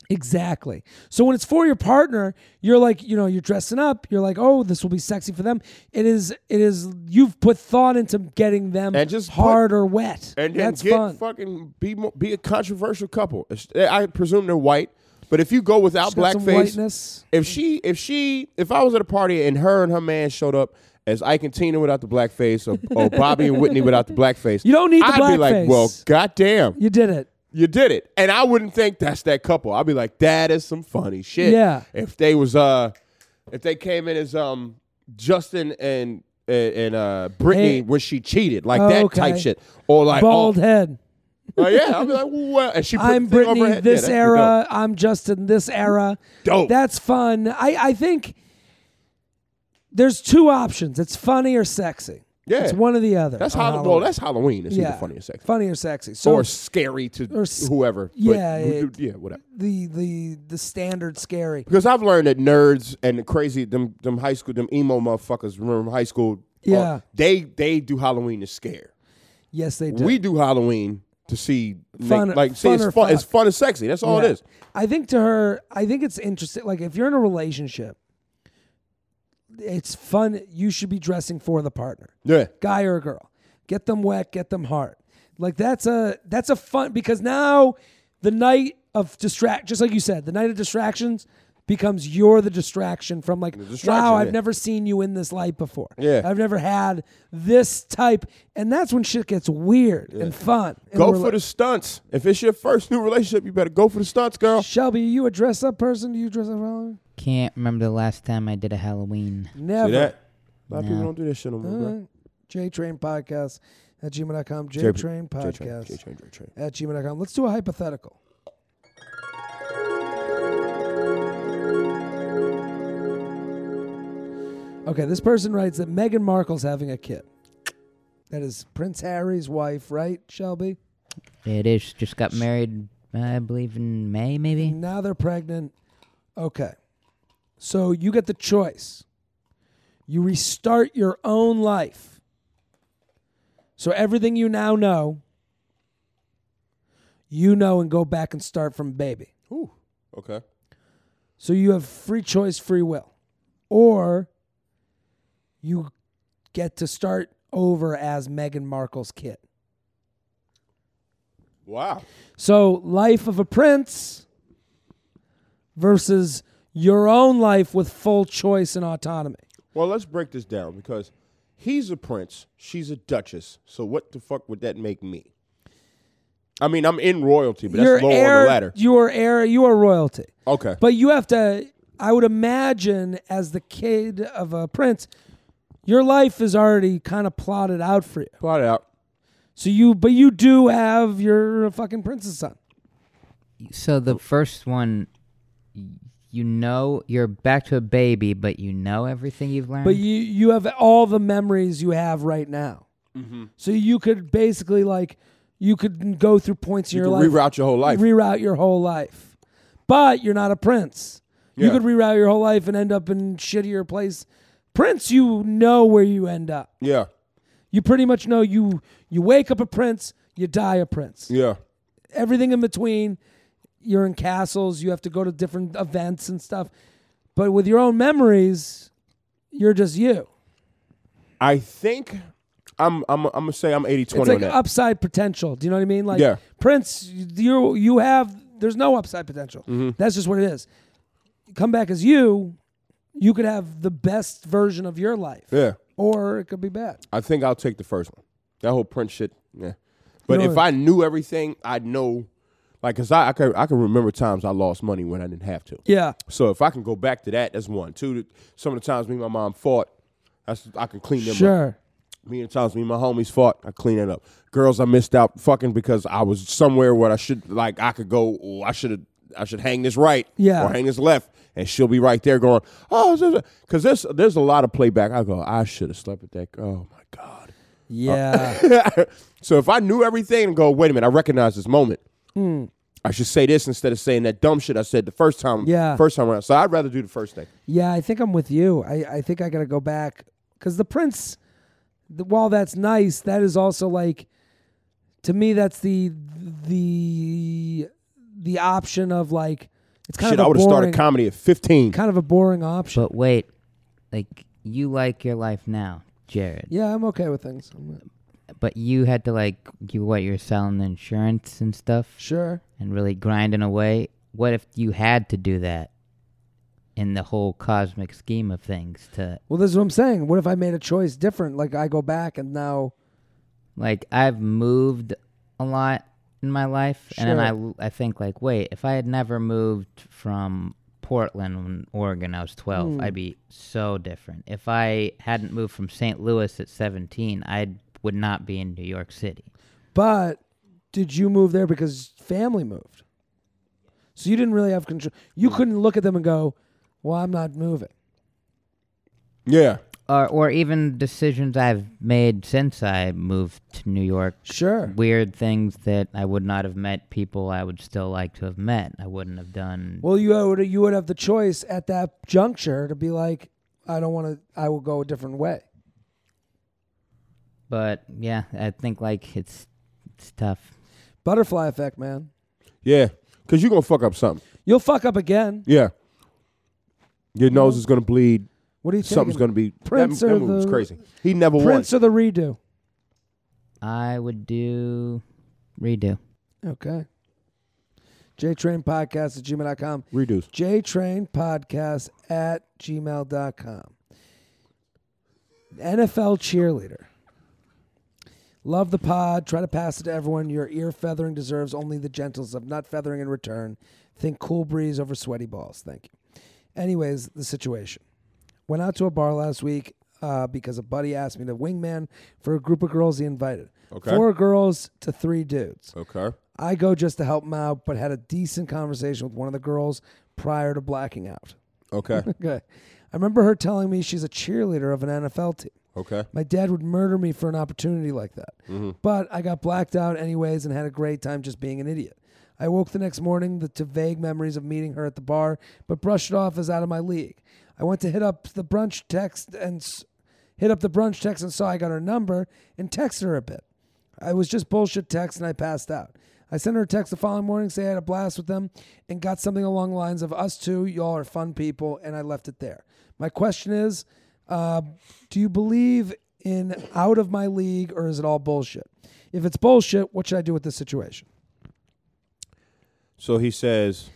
S1: Exactly. So when it's for your partner, you're like, you know, you're dressing up. You're like, oh, this will be sexy for them. It is. It is. You've put thought into getting them
S3: And just put-
S1: hard or wet.
S3: and then
S1: that's
S3: get
S1: fun.
S3: fucking be mo- be a controversial couple. If- I presume they're white, but if you go without
S1: She's got some
S3: blackface,
S1: whiteness.
S3: if she if she if I was at a party and her and her man showed up as Ike and Tina without the blackface or, or Bobby and Whitney without the blackface,
S1: You don't need the
S3: I'd be like,
S1: blackface.
S3: well, goddamn,
S1: You did it.
S3: you did it, and I wouldn't think that's that couple. I'd be like, that is some funny shit.
S1: Yeah.
S3: if they was uh, if they came in as um Justin and. And and, uh, Brittany
S1: Hey.
S3: when she cheated, like
S1: Oh,
S3: that
S1: okay.
S3: type shit, or like oh,
S1: Bald head.
S3: like, yeah, I'm like, well, and she put
S1: I'm
S3: the thing over her
S1: Brittany
S3: head. Yeah,
S1: this
S3: that'd be dope.
S1: era. I'm Justin this era.
S3: Dope.
S1: That's fun. I, I think there's two options. It's funny or sexy.
S3: Yeah.
S1: It's one or the other.
S3: That's
S1: on
S3: Halloween. Well, that's Halloween. It's
S1: Oh. yeah.
S3: either funny or sexy,
S1: Funny or sexy. So
S3: or scary to
S1: or s-
S3: whoever. But
S1: yeah,
S3: we
S1: yeah.
S3: do- yeah, whatever.
S1: the the the standard scary.
S3: Because I've learned that nerds and the crazy them them high school them emo motherfuckers remember from high school. uh,
S1: Yeah.
S3: they they do Halloween to scare.
S1: Yes, they do.
S3: We do Halloween to see
S1: Fun-
S3: like, like see
S1: fun
S3: it's
S1: or
S3: fun
S1: fuck.
S3: it's fun and sexy. That's all
S1: Yeah.
S3: it is.
S1: I think to her, I think it's interesting. Like if you're in a relationship, it's fun. You should be dressing for the partner.
S3: Yeah,
S1: guy or girl. Get them wet, get them hard. Like that's a that's a fun because now the night of distract just like you said, the night of distractions becomes you're the distraction from like,
S3: distraction,
S1: wow, I've
S3: yeah.
S1: never seen you in this light before.
S3: Yeah.
S1: I've never had this type, and that's when shit gets weird and fun. And
S3: Go
S1: we're
S3: for
S1: like,
S3: the stunts. If it's your first new relationship, you better go for the stunts, girl.
S1: Shelby, are you a dress up person? Do you dress up? Wrong?
S4: Can't remember the last time I did a Halloween.
S1: Never.
S3: See that? A lot of people
S4: No.
S3: don't do that shit no more,
S1: Uh,
S3: bro.
S1: J Train Podcast at gmail.com. J Train Podcast
S3: J Train, J Train.
S1: at gmail.com. Let's do a hypothetical. Okay, this person writes that Meghan Markle's having a kid. That is Prince Harry's wife, right, Shelby?
S4: It is. Just got married, I believe, in May, maybe?
S1: Now they're pregnant. Okay. So you get the choice. You restart your own life. So everything you now know, you know and go back and start from baby.
S3: Ooh, okay.
S1: So you have free choice, free will. Or you get to start over as Meghan Markle's kid.
S3: Wow.
S1: So, life of a prince versus your own life with full choice and autonomy.
S3: Well, let's break this down because he's a prince, she's a duchess. So what the fuck would that make me? I mean, I'm in royalty, but that's low on the ladder.
S1: You are heir. You are royalty.
S3: Okay.
S1: But you have to. I would imagine, as the kid of a prince, your life is already kind of plotted out for you.
S3: Plot it out.
S1: So you, but you do have your fucking prince's son.
S4: So the first one, y- you know, you're back to a baby, but you know everything you've learned.
S1: But you you have all the memories you have right now.
S3: Mm-hmm.
S1: So you could basically like you could go through points in
S3: You
S1: your life,
S3: can reroute your whole life.
S1: reroute your whole life. But you're not a prince. You
S3: Yeah.
S1: could reroute your whole life and end up in shittier place. Prince, you know where you end up.
S3: yeah.
S1: You pretty much know you you wake up a prince, you die a prince.
S3: Yeah.
S1: Everything in between, you're in castles, you have to go to different events and stuff. But with your own memories, you're just you.
S3: I think I'm I'm I'm gonna say I'm 80
S1: It's
S3: 20 on
S1: like
S3: that.
S1: upside potential. Do you know what I mean? Like
S3: Yeah.
S1: Prince, you you have there's no upside potential.
S3: Mm-hmm.
S1: That's just what it is. Come back as you, you could have the best version of your life.
S3: yeah.
S1: Or it could be bad.
S3: I think I'll take the first one. That whole Prince shit. Yeah. But
S1: know
S3: if
S1: what?
S3: I knew everything, I'd know like cuz I I can I can remember times I lost money when I didn't have to.
S1: Yeah.
S3: So if I can go back to that, that's one. Two, that some of the times me and my mom fought, that's I can clean them up.
S1: Sure.
S3: Me and times me and my homies fought, I clean it up. Girls I missed out fucking because I was somewhere where I should like I could go. Oh, I should have. I should hang this right
S1: Yeah.
S3: or hang this left, and she'll be right there going, "Oh, because there's there's a lot of playback." I go, "I should have slept with that." girl. Oh my god!
S1: Yeah.
S3: so if I knew everything and go, wait a minute, I recognize this moment.
S1: Hmm.
S3: I should say this instead of saying that dumb shit I said the first time.
S1: Yeah.
S3: First time around. So I'd rather do the first thing.
S1: yeah, I think I'm with you. I, I think I gotta go back. Cause the prince the, while that's nice, that is also like to me that's the the the option of like it's kind
S3: shit,
S1: of
S3: I
S1: a
S3: would have
S1: boring,
S3: started comedy at 15.
S1: kind of a boring option.
S4: but wait, like, you like your life now, Jared.
S1: Yeah, I'm okay with things. I'm not-
S4: But you had to, like, you what, you're selling insurance and stuff?
S1: sure.
S4: and really grinding away. What if you had to do that in the whole cosmic scheme of things to
S1: Well, this is what I'm saying. What if I made a choice different? Like I go back and now
S4: like I've moved a lot in my life and
S1: Sure.
S4: then I I think like wait, if I had never moved from Portland, Oregon, I was 12, I'd be so different. If I hadn't moved from St. Louis at 17, I would not be in New York City.
S1: but did you move there because family moved? So you didn't really have control. You
S3: Mm.
S1: couldn't look at them and go, "Well, I'm not moving."
S3: yeah.
S4: Or or even decisions I've made since I moved to New York
S1: Sure.
S4: weird things that I would not have met people I would still like to have met. I wouldn't have done.
S1: Well, you would you would have the choice at that juncture to be like, "I don't want to. I will go a different way."
S4: But yeah, I think like it's it's tough.
S1: Butterfly effect, man.
S3: Yeah. Because you're going to fuck up something.
S1: You'll fuck up again.
S3: Yeah. Your nose is going to bleed.
S1: What do you think?
S3: Something's going to be.
S1: Prince
S3: that,
S1: or
S3: that movie was
S1: the-
S3: crazy. He never
S1: Prince
S3: won.
S1: or the redo?
S4: I would do redo.
S1: Okay. jtrainpodcast at gmail.com.
S3: Reduce.
S1: jtrainpodcast at gmail.com. NFL cheerleader. Love the pod. Try to pass it to everyone. Your ear feathering deserves only the gentles of nut feathering in return. Think cool breeze over sweaty balls. Thank you. Anyways, the situation. Went out to a bar last week uh, because a buddy asked me to wingman for a group of girls he invited.
S3: Okay.
S1: Four girls to three dudes.
S3: Okay.
S1: I go just to help him out, but had a decent conversation with one of the girls prior to blacking out.
S3: Okay.
S1: Okay. I remember her telling me she's a cheerleader of an NFL team.
S3: Okay.
S1: My dad would murder me for an opportunity like that. But I got blacked out anyways and had a great time just being an idiot. I woke the next morning th- to vague memories of meeting her at the bar, but brushed it off as out of my league. I went to hit up the brunch text and s- hit up the brunch text and saw I got her number and texted her a bit. I was just bullshit text and I passed out. I sent her a text the following morning, say I had a blast with them, and got something along the lines of us two, y'all are fun people, and I left it there. My question is, uh, do you believe in out of my league or is it all bullshit? If it's bullshit, what should I do with this situation?
S3: So he says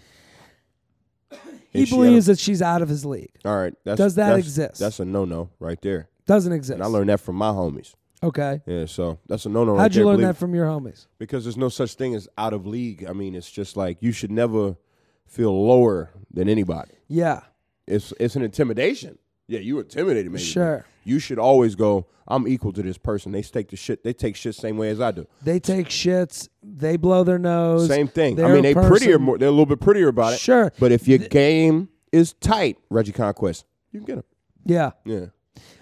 S1: He
S3: Is she
S1: believes that she's out of his league.
S3: All right. That's,
S1: Does that
S3: that's-
S1: exist?
S3: That's a no-no right there.
S1: Doesn't exist.
S3: And I learned that from my homies.
S1: okay.
S3: Yeah, so that's a no-no right
S1: How'd you
S3: there,
S1: learn
S3: believe-
S1: that from your homies?
S3: because there's no such thing as out of league. I mean, it's just like you should never feel lower than anybody.
S1: Yeah.
S3: It's it's an intimidation. Yeah, you intimidated me.
S1: Sure.
S3: You should always go, I'm equal to this person. They take the shit they take shit same way as I do.
S1: They take shits. They blow their nose.
S3: Same thing. I
S1: They're
S3: mean, they
S1: a person-
S3: prettier more. They're a little bit prettier about it.
S1: Sure.
S3: But if your game is tight, Reggie Conquest, you can get him.
S1: Yeah.
S3: Yeah.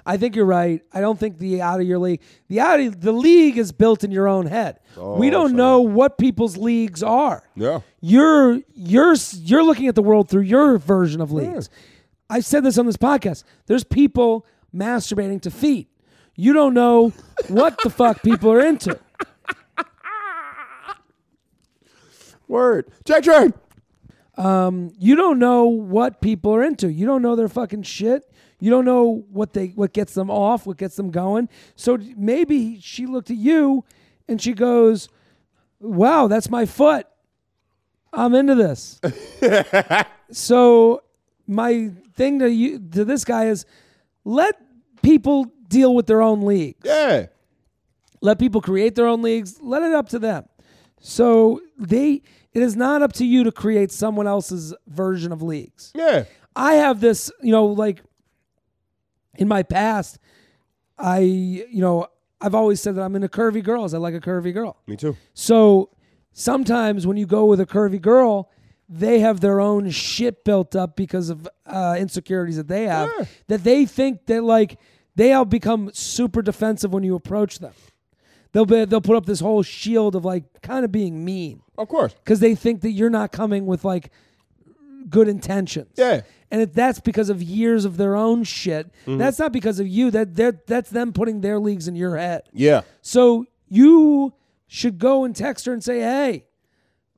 S1: I think you're right. I don't think the out of your league, the out of the league is built in your own head. we don't know what people's leagues are.
S3: Oh, Yeah.
S1: You're you're you're looking at the world through your version of leagues. I've said this on this podcast. There's people masturbating to feet. You don't know what the fuck people are into.
S3: Word. Jack Train.
S1: You don't know what people are into. You don't know their fucking shit. You don't know what they what gets them off, what gets them going. So maybe she looked at you and she goes, "Wow, that's my foot. I'm into this." so my thing to you to this guy is let people deal with their own league
S3: Yeah.
S1: let people create their own leagues let it up to them so they it is not up to you to create someone else's version of leagues
S3: Yeah.
S1: i have this you know like in my past i you know i've always said that i'm into curvy girls i like a curvy girl
S3: Me too.
S1: so sometimes when you go with a curvy girl, they have their own shit built up because of uh, insecurities that they have
S3: Sure.
S1: that they think that like they all become super defensive when you approach them. They'll be, they'll put up this whole shield of like kind of being mean
S3: Of course.
S1: because they think that you're not coming with like good intentions.
S3: Yeah. Mm-hmm.
S1: And if that's because of years of their own shit. That's not because of you. That they're, that's them putting their leagues in your head.
S3: Yeah.
S1: So you should go and text her and say, "Hey,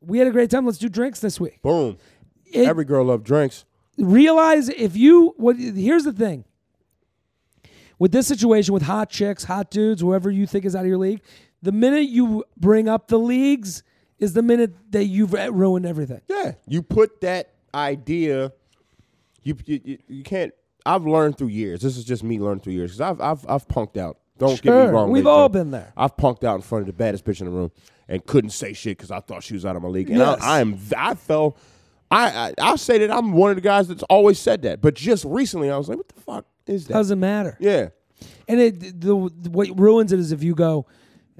S1: we had a great time. Let's do drinks this week."
S3: Boom.
S1: It-
S3: Every girl love drinks.
S1: realize if you what here's the thing. With this situation with hot chicks, hot dudes, whoever you think is out of your league, the minute you bring up the leagues is the minute that you've ruined everything.
S3: Yeah. You put that idea. You you, you, you can't. I've learned through years. This is just me learning through years. Cause I've I've I've punked out. Don't get
S1: Sure.
S3: me wrong.
S1: We've
S3: ladies,
S1: all
S3: don't-
S1: been there.
S3: I've punked out in front of the baddest bitch in the room and couldn't say shit because I thought she was out of my league. And
S1: Yes.
S3: I, I am. I fell. I, I I'll say that I'm one of the guys that's always said that. But just recently, I was like, what the fuck is that?
S1: Doesn't matter.
S3: Yeah.
S1: And it the what ruins it is if you go,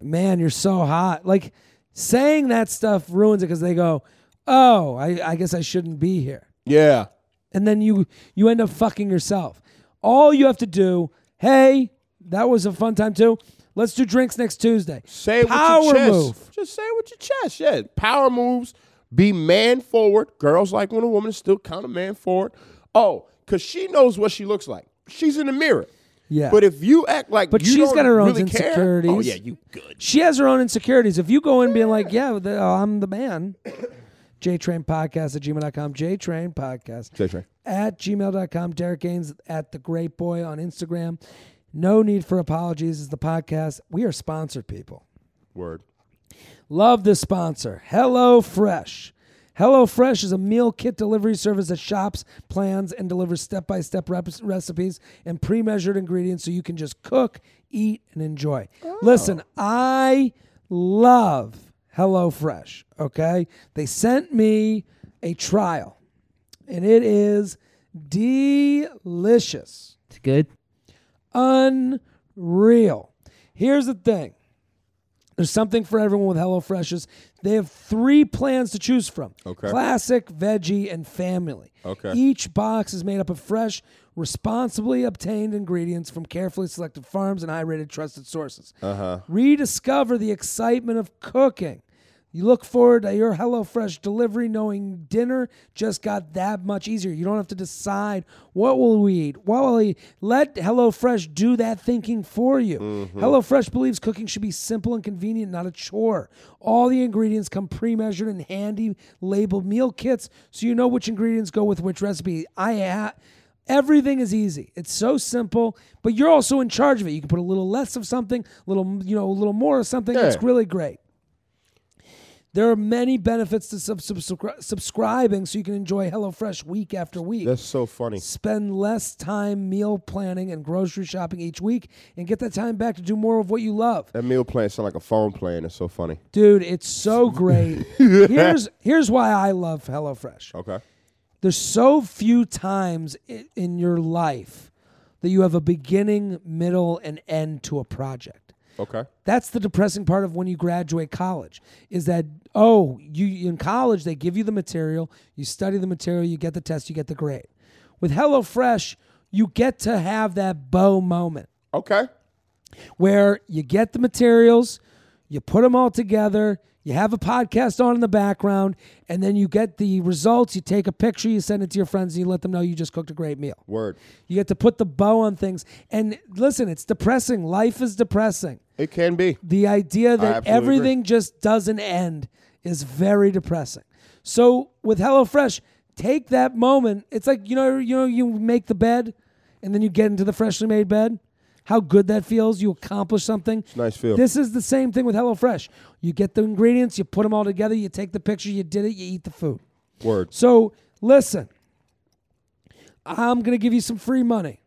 S1: man, you're so hot. Like saying that stuff ruins it because they go, oh, I, I guess I shouldn't be here.
S3: Yeah.
S1: and then you you end up fucking yourself. All you have to do, hey, that was a fun time too. Let's do drinks next Tuesday.
S3: Say it
S1: power
S3: with your chest.
S1: move.
S3: Just say it with your chest. Yeah. Power moves. Be man forward. Girls like when a woman is still kind of man forward. Oh, because she knows what she looks like. She's in the mirror.
S1: Yeah.
S3: But if you act like
S1: But
S3: you
S1: she's
S3: don't
S1: got her own
S3: really care-
S1: insecurities.
S3: oh yeah, you good.
S1: She has her own insecurities. If you go in being like, yeah, the, oh, I'm the man. JTrain podcast at gmail.com. JTrain podcast
S3: JTrain.
S1: at gmail.com. Derek Gaines at the great boy on Instagram. No need for apologies is the podcast. We are sponsored people.
S3: Word.
S1: Love this sponsor, Hello Fresh. HelloFresh is a meal kit delivery service that shops, plans, and delivers step by step recipes and pre measured ingredients so you can just cook, eat, and enjoy. Listen, I love HelloFresh, okay? They sent me a trial, and it is delicious
S4: It's good.
S1: unreal. Here's the thing. There's something for everyone with HelloFreshes. They have three plans to choose from:
S3: Okay.
S1: classic, veggie, and family.
S3: Okay.
S1: Each box is made up of fresh, responsibly obtained ingredients from carefully selected farms and high-rated, trusted sources. Uh-huh. Rediscover the excitement of cooking. You look forward to your HelloFresh delivery knowing dinner just got that much easier. You don't have to decide what will we eat, what will we eat. Let HelloFresh do that thinking for you. HelloFresh believes cooking should be simple and convenient, not a chore. All the ingredients come pre-measured in handy labeled meal kits, so you know which ingredients go with which recipe. I ha- Everything is easy. It's so simple, but you're also in charge of it. You can put a little less of something, a little you know, a little more of something.
S3: Yeah.
S1: It's really great. There are many benefits to sub- sub- subscri- subscribing so you can enjoy HelloFresh week after week.
S3: That's so funny.
S1: Spend less time meal planning and grocery shopping each week and get that time back to do more of what you love.
S3: That meal plan sound like a phone plan. It's so funny.
S1: Dude, it's so great. here's here's why I love HelloFresh.
S3: Okay.
S1: There's so few times i- in your life that you have a beginning, middle, and end to a project.
S3: Okay.
S1: That's the depressing part of when you graduate college is that oh, you in college they give you the material, you study the material, you get the test, you get the grade. With HelloFresh, you get to have that bow moment
S3: Okay.
S1: where you get the materials, you put them all together, you have a podcast on in the background, and then you get the results, you take a picture, you send it to your friends, and you let them know you just cooked a great meal.
S3: Word.
S1: You get to put the bow on things. And listen, it's depressing. Life is depressing
S3: It can be.
S1: the idea that
S3: absolutely agree.
S1: everything just doesn't end is very depressing. So with HelloFresh, take that moment. It's like you know, you know, you make the bed, and then you get into the freshly made bed. How good that feels! You accomplish something. It's
S3: a nice feel.
S1: This is the same thing with HelloFresh. You get the ingredients, you put them all together, you take the picture, you did it, you eat the food.
S3: Word.
S1: So listen, I'm gonna give you some free money.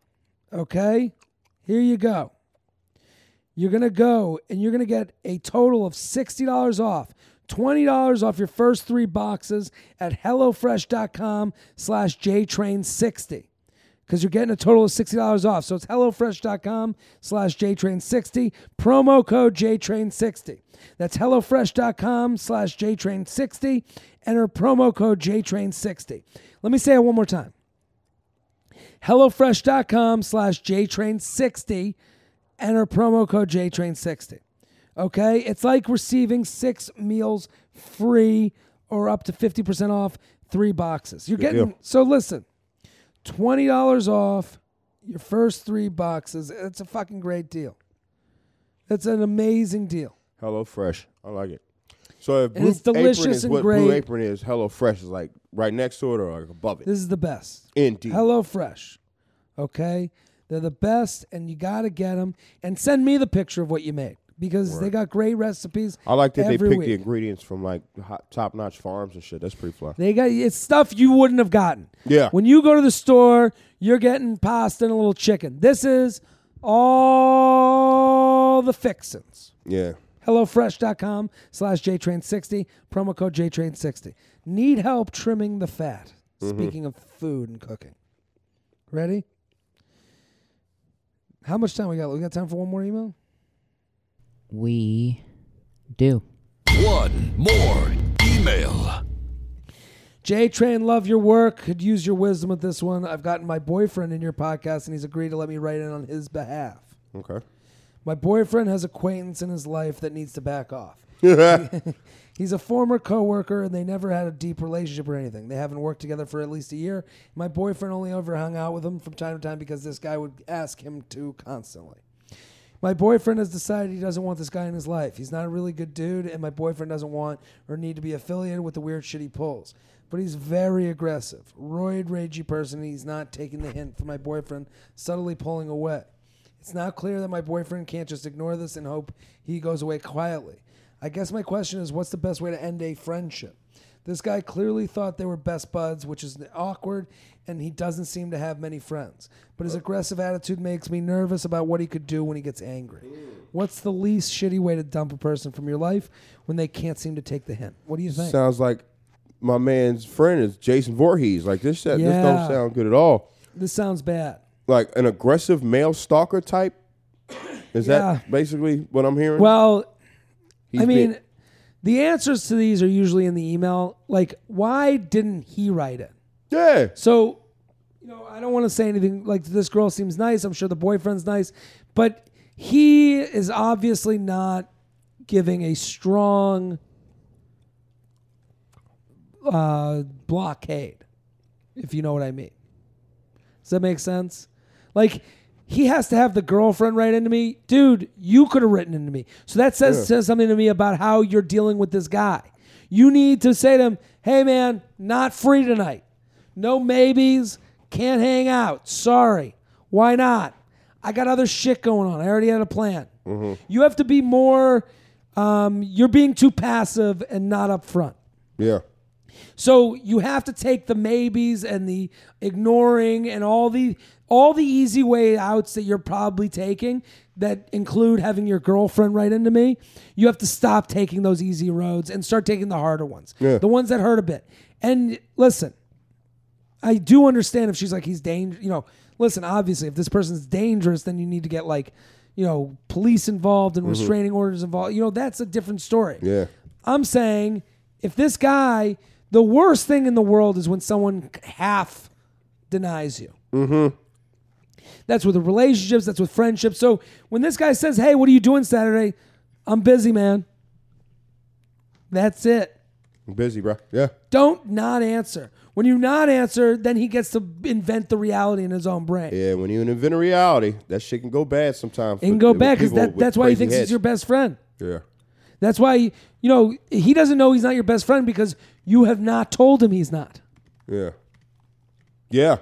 S1: Okay, here you go. You're gonna go and you're gonna get a total of sixty dollars off. $20 off your first three boxes at HelloFresh.com slash JTrain60 because you're getting a total of $60 off. So it's HelloFresh.com slash JTrain60, promo code JTrain60. That's HelloFresh.com slash JTrain60. Enter promo code JTrain60. Let me say it one more time. HelloFresh.com slash JTrain60. Enter promo code JTrain60. Okay? It's like receiving six meals free or up to 50% off three boxes. You're getting,
S3: deal.
S1: so listen, $20 off your first three boxes. It's a fucking great deal. It's an amazing deal.
S3: Hello Fresh. I like it. So if
S1: And it's
S3: Blue
S1: delicious
S3: Apron is
S1: and
S3: what
S1: great.
S3: Blue Apron is, Hello Fresh is like right next to it or like above it.
S1: This is the best.
S3: Indeed.
S1: Hello Fresh. Okay? They're the best and you got to get them and send me the picture of what you made because they got great recipes.
S3: I like that they
S1: every
S3: pick
S1: week.
S3: the ingredients from like hot, top-notch farms and shit. That's pretty fly.
S1: They got it's stuff you wouldn't have gotten.
S3: Yeah.
S1: When you go to the store, you're getting pasta and a little chicken. This is all the fixins.
S3: Yeah.
S1: HelloFresh.com slash JTrain60, promo code JTrain60. Need help trimming the fat. Speaking of food and cooking. Ready? How much time we got? We got time for one more email?
S4: We do.
S2: One more email.
S1: J Train, love your work. Could use your wisdom with this one. I've gotten my boyfriend in your podcast, and he's agreed to let me write in on his behalf.
S3: Okay.
S1: My boyfriend has acquaintance in his life that needs to back off. He's a former coworker, and they never had a deep relationship or anything. They haven't worked together for at least a year. My boyfriend only ever hung out with him from time to time because this guy would ask him to constantly. My boyfriend has decided he doesn't want this guy in his life. He's not a really good dude, and my boyfriend doesn't want or need to be affiliated with the weird shit he pulls. But he's very aggressive, roid ragey person, and he's not taking the hint from my boyfriend, subtly pulling away. It's now clear that my boyfriend can't just ignore this and hope he goes away quietly. I guess my question is what's the best way to end a friendship? This guy clearly thought they were best buds, which is awkward, and he doesn't seem to have many friends. But his aggressive attitude makes me nervous about what he could do when he gets angry. What's the least shitty way to dump a person from your life when they can't seem to take the hint? What do you think?
S3: Sounds like my man's friend is Jason Voorhees. Like this, shit, this
S1: Yeah.
S3: don't sound good at all.
S1: this sounds bad.
S3: Like an aggressive male stalker type. Is
S1: Yeah.
S3: that basically what I'm hearing?
S1: Well,
S3: He's
S1: I mean,
S3: being-
S1: the answers to these are usually in the email. Like, why didn't he write it?
S3: yeah.
S1: So, you know, I don't want to say anything. Like, this girl seems nice. I'm sure the boyfriend's nice, but he is obviously not giving a strong uh, blockade, if you know what I mean. Does that make sense? Like, he has to have the girlfriend write into me. Dude, you could have written into me. So that says, says something to me about how you're dealing with this guy. You need to say to him, hey, man, not free tonight. No maybes. Can't hang out. Sorry. Why not? I got other shit going on. I already had a plan. You have to be more, um, you're being too passive and not upfront.
S3: Yeah.
S1: So you have to take the maybes and the ignoring and all the all the easy way outs that you're probably taking that include having your girlfriend right into me. You have to stop taking those easy roads and start taking the harder ones.
S3: Yeah.
S1: The ones that hurt a bit. And listen, I do understand if she's like he's dangerous. You know, listen. Obviously, if this person's dangerous, then you need to get like, you know, police involved and restraining orders involved. You know, that's a different story.
S3: Yeah.
S1: I'm saying if this guy, the worst thing in the world is when someone half denies you. Mm-hmm. That's with the relationships. That's with friendships. So when this guy says, "Hey, what are you doing Saturday?" I'm busy, man. That's it
S3: I'm busy, bro. Yeah.
S1: don't not answer. When you not answer, then he gets to invent the reality in his own brain.
S3: Yeah. When you invent a reality, that shit can go bad sometimes.
S1: and
S3: with-
S1: go
S3: with
S1: back because
S3: people
S1: that,
S3: with
S1: that's why he
S3: crazy
S1: thinks
S3: heads.
S1: he's your best friend.
S3: Yeah.
S1: That's why, you know, he doesn't know he's not your best friend because you have not told him he's not.
S3: Yeah. Yeah.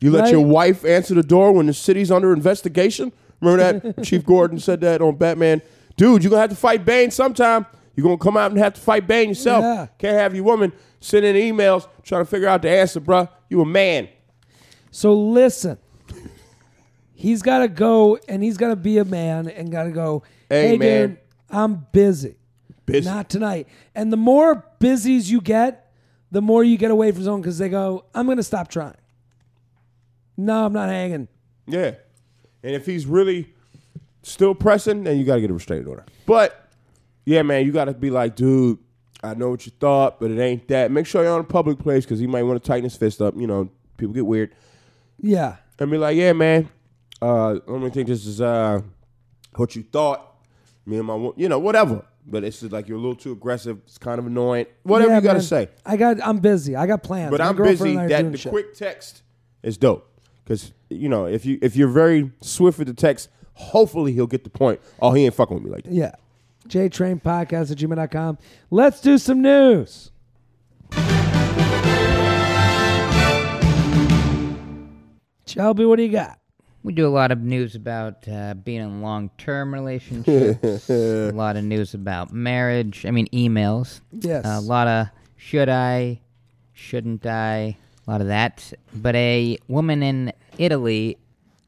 S3: You let
S1: Right?
S3: your wife answer the door when the city's under investigation? Remember that? Chief Gordon said that on Batman. Dude, you're going to have to fight Bane sometime. You're going to come out and have to fight Bane yourself.
S1: Yeah.
S3: Can't have your woman sending emails trying to figure out the answer, bruh. You a man.
S1: So listen, he's got to go and he's got to be a man and got to go,
S3: Hey,
S1: hey,
S3: man.
S1: man, I'm busy.
S3: Busy.
S1: Not tonight. And the more busies you get, the more you get away from zone because they go, I'm going to stop trying. No, I'm not hanging.
S3: yeah. And if he's really still pressing, then you got to get a restraining order. But, yeah, man, you got to be like, dude, I know what you thought, but it ain't that. Make sure you're on a public place because he might want to tighten his fist up. You know, people get weird.
S1: Yeah.
S3: and be like, "Yeah, man, uh, I don't think this is uh, what you thought." Me and my, wo- you know, whatever. But it's just like you're a little too aggressive. It's kind of annoying. Whatever
S1: Yeah,
S3: you got to
S1: man.
S3: say.
S1: I got. I'm busy. I got plans.
S3: But
S1: My
S3: I'm
S1: girlfriend
S3: busy.
S1: and I are
S3: That
S1: doing
S3: the
S1: shit.
S3: quick text is dope because you know if you if you're very swift with the text, hopefully he'll get the point. Oh, he ain't fucking with me like that.
S1: Yeah. JTrain Podcast at gmail.com. Let's do some news. Shelby, what do you got?
S4: We do a lot of news about uh, being in long term relationships, a lot of news about marriage, I mean, emails.
S1: Yes.
S4: A lot of should I, shouldn't I, a lot of that. But a woman in Italy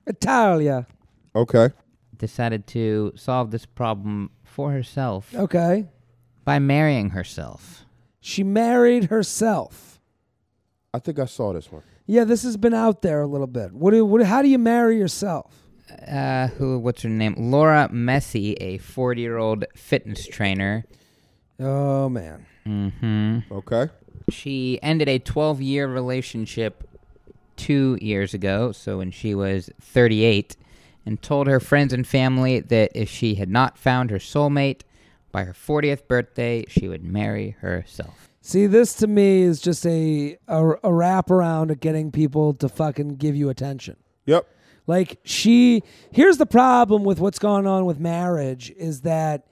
S1: Italia.
S3: Okay.
S4: decided to solve this problem for herself
S1: Okay.
S4: by marrying herself.
S1: She married herself.
S3: I think I saw this one.
S1: Yeah, this has been out there a little bit. What do, what, how do you marry yourself?
S4: Uh, who? What's her name? Laura Messi, a 40 year old fitness trainer.
S1: Oh, man.
S3: Okay.
S4: She ended a 12 year relationship two years ago, so when she was 38, and told her friends and family that if she had not found her soulmate by her 40th birthday, she would marry herself.
S1: See, this to me is just a, a, a wraparound of getting people to fucking give you attention.
S3: Yep.
S1: Like she here's the problem with what's going on with marriage is that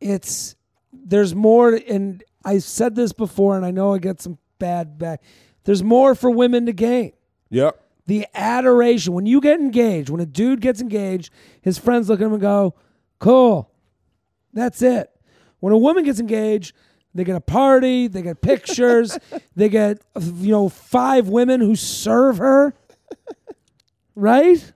S1: it's there's more and I said this before and I know I get some bad back. There's more for women to gain.
S3: Yep.
S1: The adoration. When you get engaged, when a dude gets engaged, his friends look at him and go, Cool. That's it. When a woman gets engaged, They get a party. They get pictures. they get uh, you know five women who serve her. Right?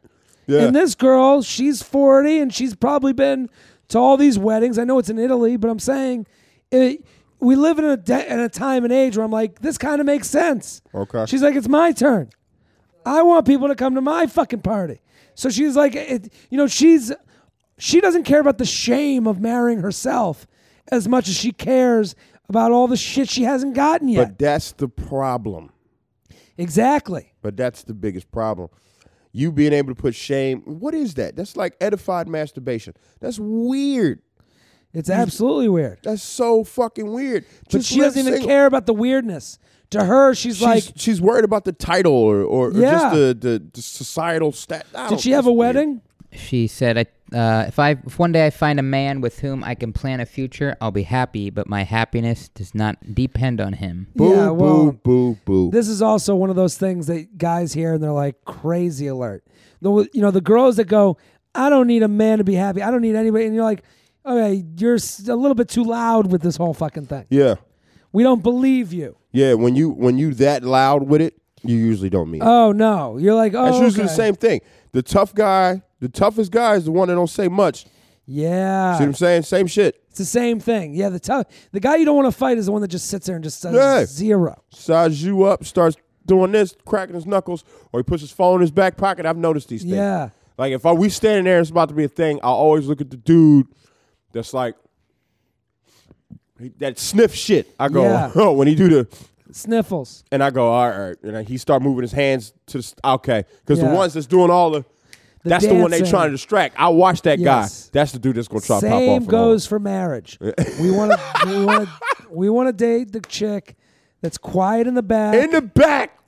S3: Yeah.
S1: And this girl, she's 40 and she's probably been to all these weddings. I know it's in Italy, but I'm saying it, we live in a, de- in a time and age where I'm like, this kind of makes sense.
S3: Okay.
S1: She's like, it's my turn. I want people to come to my fucking party. So she's like, it, you know, she's she doesn't care about the shame of marrying herself as much as she cares about all the shit she hasn't gotten yet.
S3: But that's the problem.
S1: exactly.
S3: But that's the biggest problem. You being able to put shame. What is that? That's like edified masturbation. That's weird.
S1: It's absolutely weird.
S3: That's so fucking weird.
S1: But
S3: Just
S1: she
S3: let
S1: doesn't even
S3: single-
S1: care about the weirdness. To her, she's,
S3: She's,
S1: like,
S3: she's worried about the title or, or, or
S1: Yeah.
S3: just the, the, the societal stat. I
S1: did
S3: don't-
S1: she have
S3: that's
S1: a
S3: weird.
S1: wedding?
S4: She said, "I uh, if I if one day I find a man with whom I can plan a future, I'll be happy. But my happiness does not depend on him."
S3: Boo,
S1: Yeah, well,
S3: boo, boo, boo.
S1: This is also one of those things that guys hear and they're like crazy alert. The you know the girls that go, I don't need a man to be happy. I don't need anybody. And you're like, okay, you're s- a little bit too loud with this whole fucking thing.
S3: yeah.
S1: We don't believe you.
S3: Yeah. When you when you that loud with it, you usually don't mean it.
S1: Oh no, you're like, oh,
S3: That's usually
S1: okay.
S3: the same thing. The tough guy, the toughest guy is the one that don't say much. See
S1: Yeah,
S3: what I'm saying? Same shit.
S1: it's the same thing. Yeah, the tough, the guy you don't want to fight is the one that just sits there and just says
S3: Yeah.
S1: zero.
S3: Size you up, starts doing this, cracking his knuckles, or he puts his phone in his back pocket. I've noticed these things.
S1: Yeah.
S3: Like if I we standing there, it's about to be a thing. I always look at the dude that's like he- that sniff shit. I go
S1: Yeah.
S3: oh, when he do the
S1: Sniffles.
S3: and I go all right, and I- he start moving his hands to the, s- okay because
S1: Yeah.
S3: the ones that's doing all the. that's the one they
S1: dancing.
S3: trying to distract. I watch that
S1: Yes.
S3: guy. That's the dude that's gonna try to pop off.
S1: Same
S3: and all.
S1: goes for marriage. we want to we want to we want to date the chick that's quiet in the back,
S3: in the back.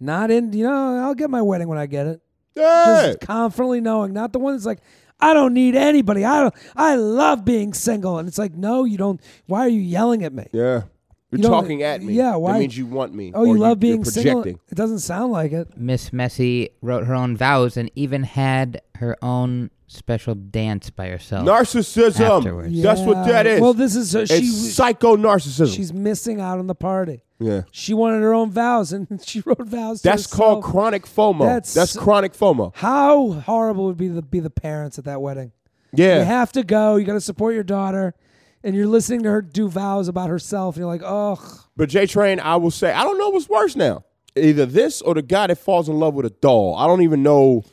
S1: not in. You know, I'll get my wedding when I get it.
S3: Yeah.
S1: Just confidently knowing, not the one that's like, I don't need anybody. I don't. I love being single, and it's like, no, you don't. Why are you yelling at me?
S3: Yeah. You're
S1: You know,
S3: talking at me.
S1: yeah, why-
S3: That means you want me.
S1: Oh, you
S3: or
S1: love being
S3: you're
S1: single.
S3: projecting.
S1: It doesn't sound like it.
S4: Miss Messy wrote her own vows and even had her own special dance by herself.
S3: Narcissism.
S4: Afterwards.
S3: That's what
S1: Yeah.
S3: that is.
S1: Well, this is so
S3: it's
S1: she.
S3: psycho narcissism.
S1: She's missing out on the party.
S3: yeah.
S1: She wanted her own vows, and she wrote vows. to
S3: That's called
S1: herself.
S3: chronic FOMO.
S1: That's-
S3: That's, chronic FOMO.
S1: How horrible would be the be the parents at that wedding? You
S3: Yeah.
S1: have to go. You got to support your daughter, and you're listening to her do vows about herself, and you're like, ugh.
S3: But J Train, I will say, I don't know what's worse now. Either this or the guy that falls in love with a doll. I don't even know.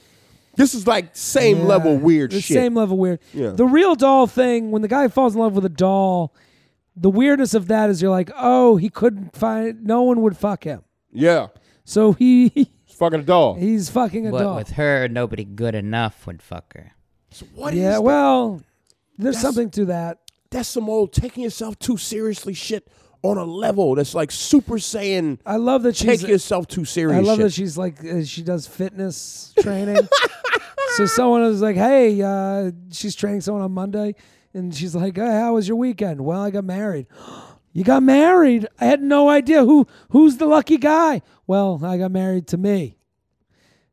S3: This is like same level weird
S1: the
S3: shit.
S1: Same level weird.
S3: Yeah.
S1: The real doll thing, when the guy falls in love with a doll, the weirdness of that is you're like, oh, he couldn't find. No one would fuck him,
S3: yeah.
S1: so he
S3: It's fucking a doll.
S1: he's fucking a
S4: But
S1: doll.
S4: with her, nobody good enough would fuck her.
S3: What is
S1: yeah.
S3: that?
S1: Well, there's something to that.
S3: That's some old taking yourself too seriously shit on a level that's like super saying
S1: I love that she's
S3: take yourself too serious.
S1: I love
S3: shit.
S1: that she's like uh, she does fitness training. so someone was like, "Hey, uh, she's training someone on Monday," and she's like, hey, "How was your weekend?" Well, I got married. you got married? I had no idea who who's the lucky guy. Well, I got married to me,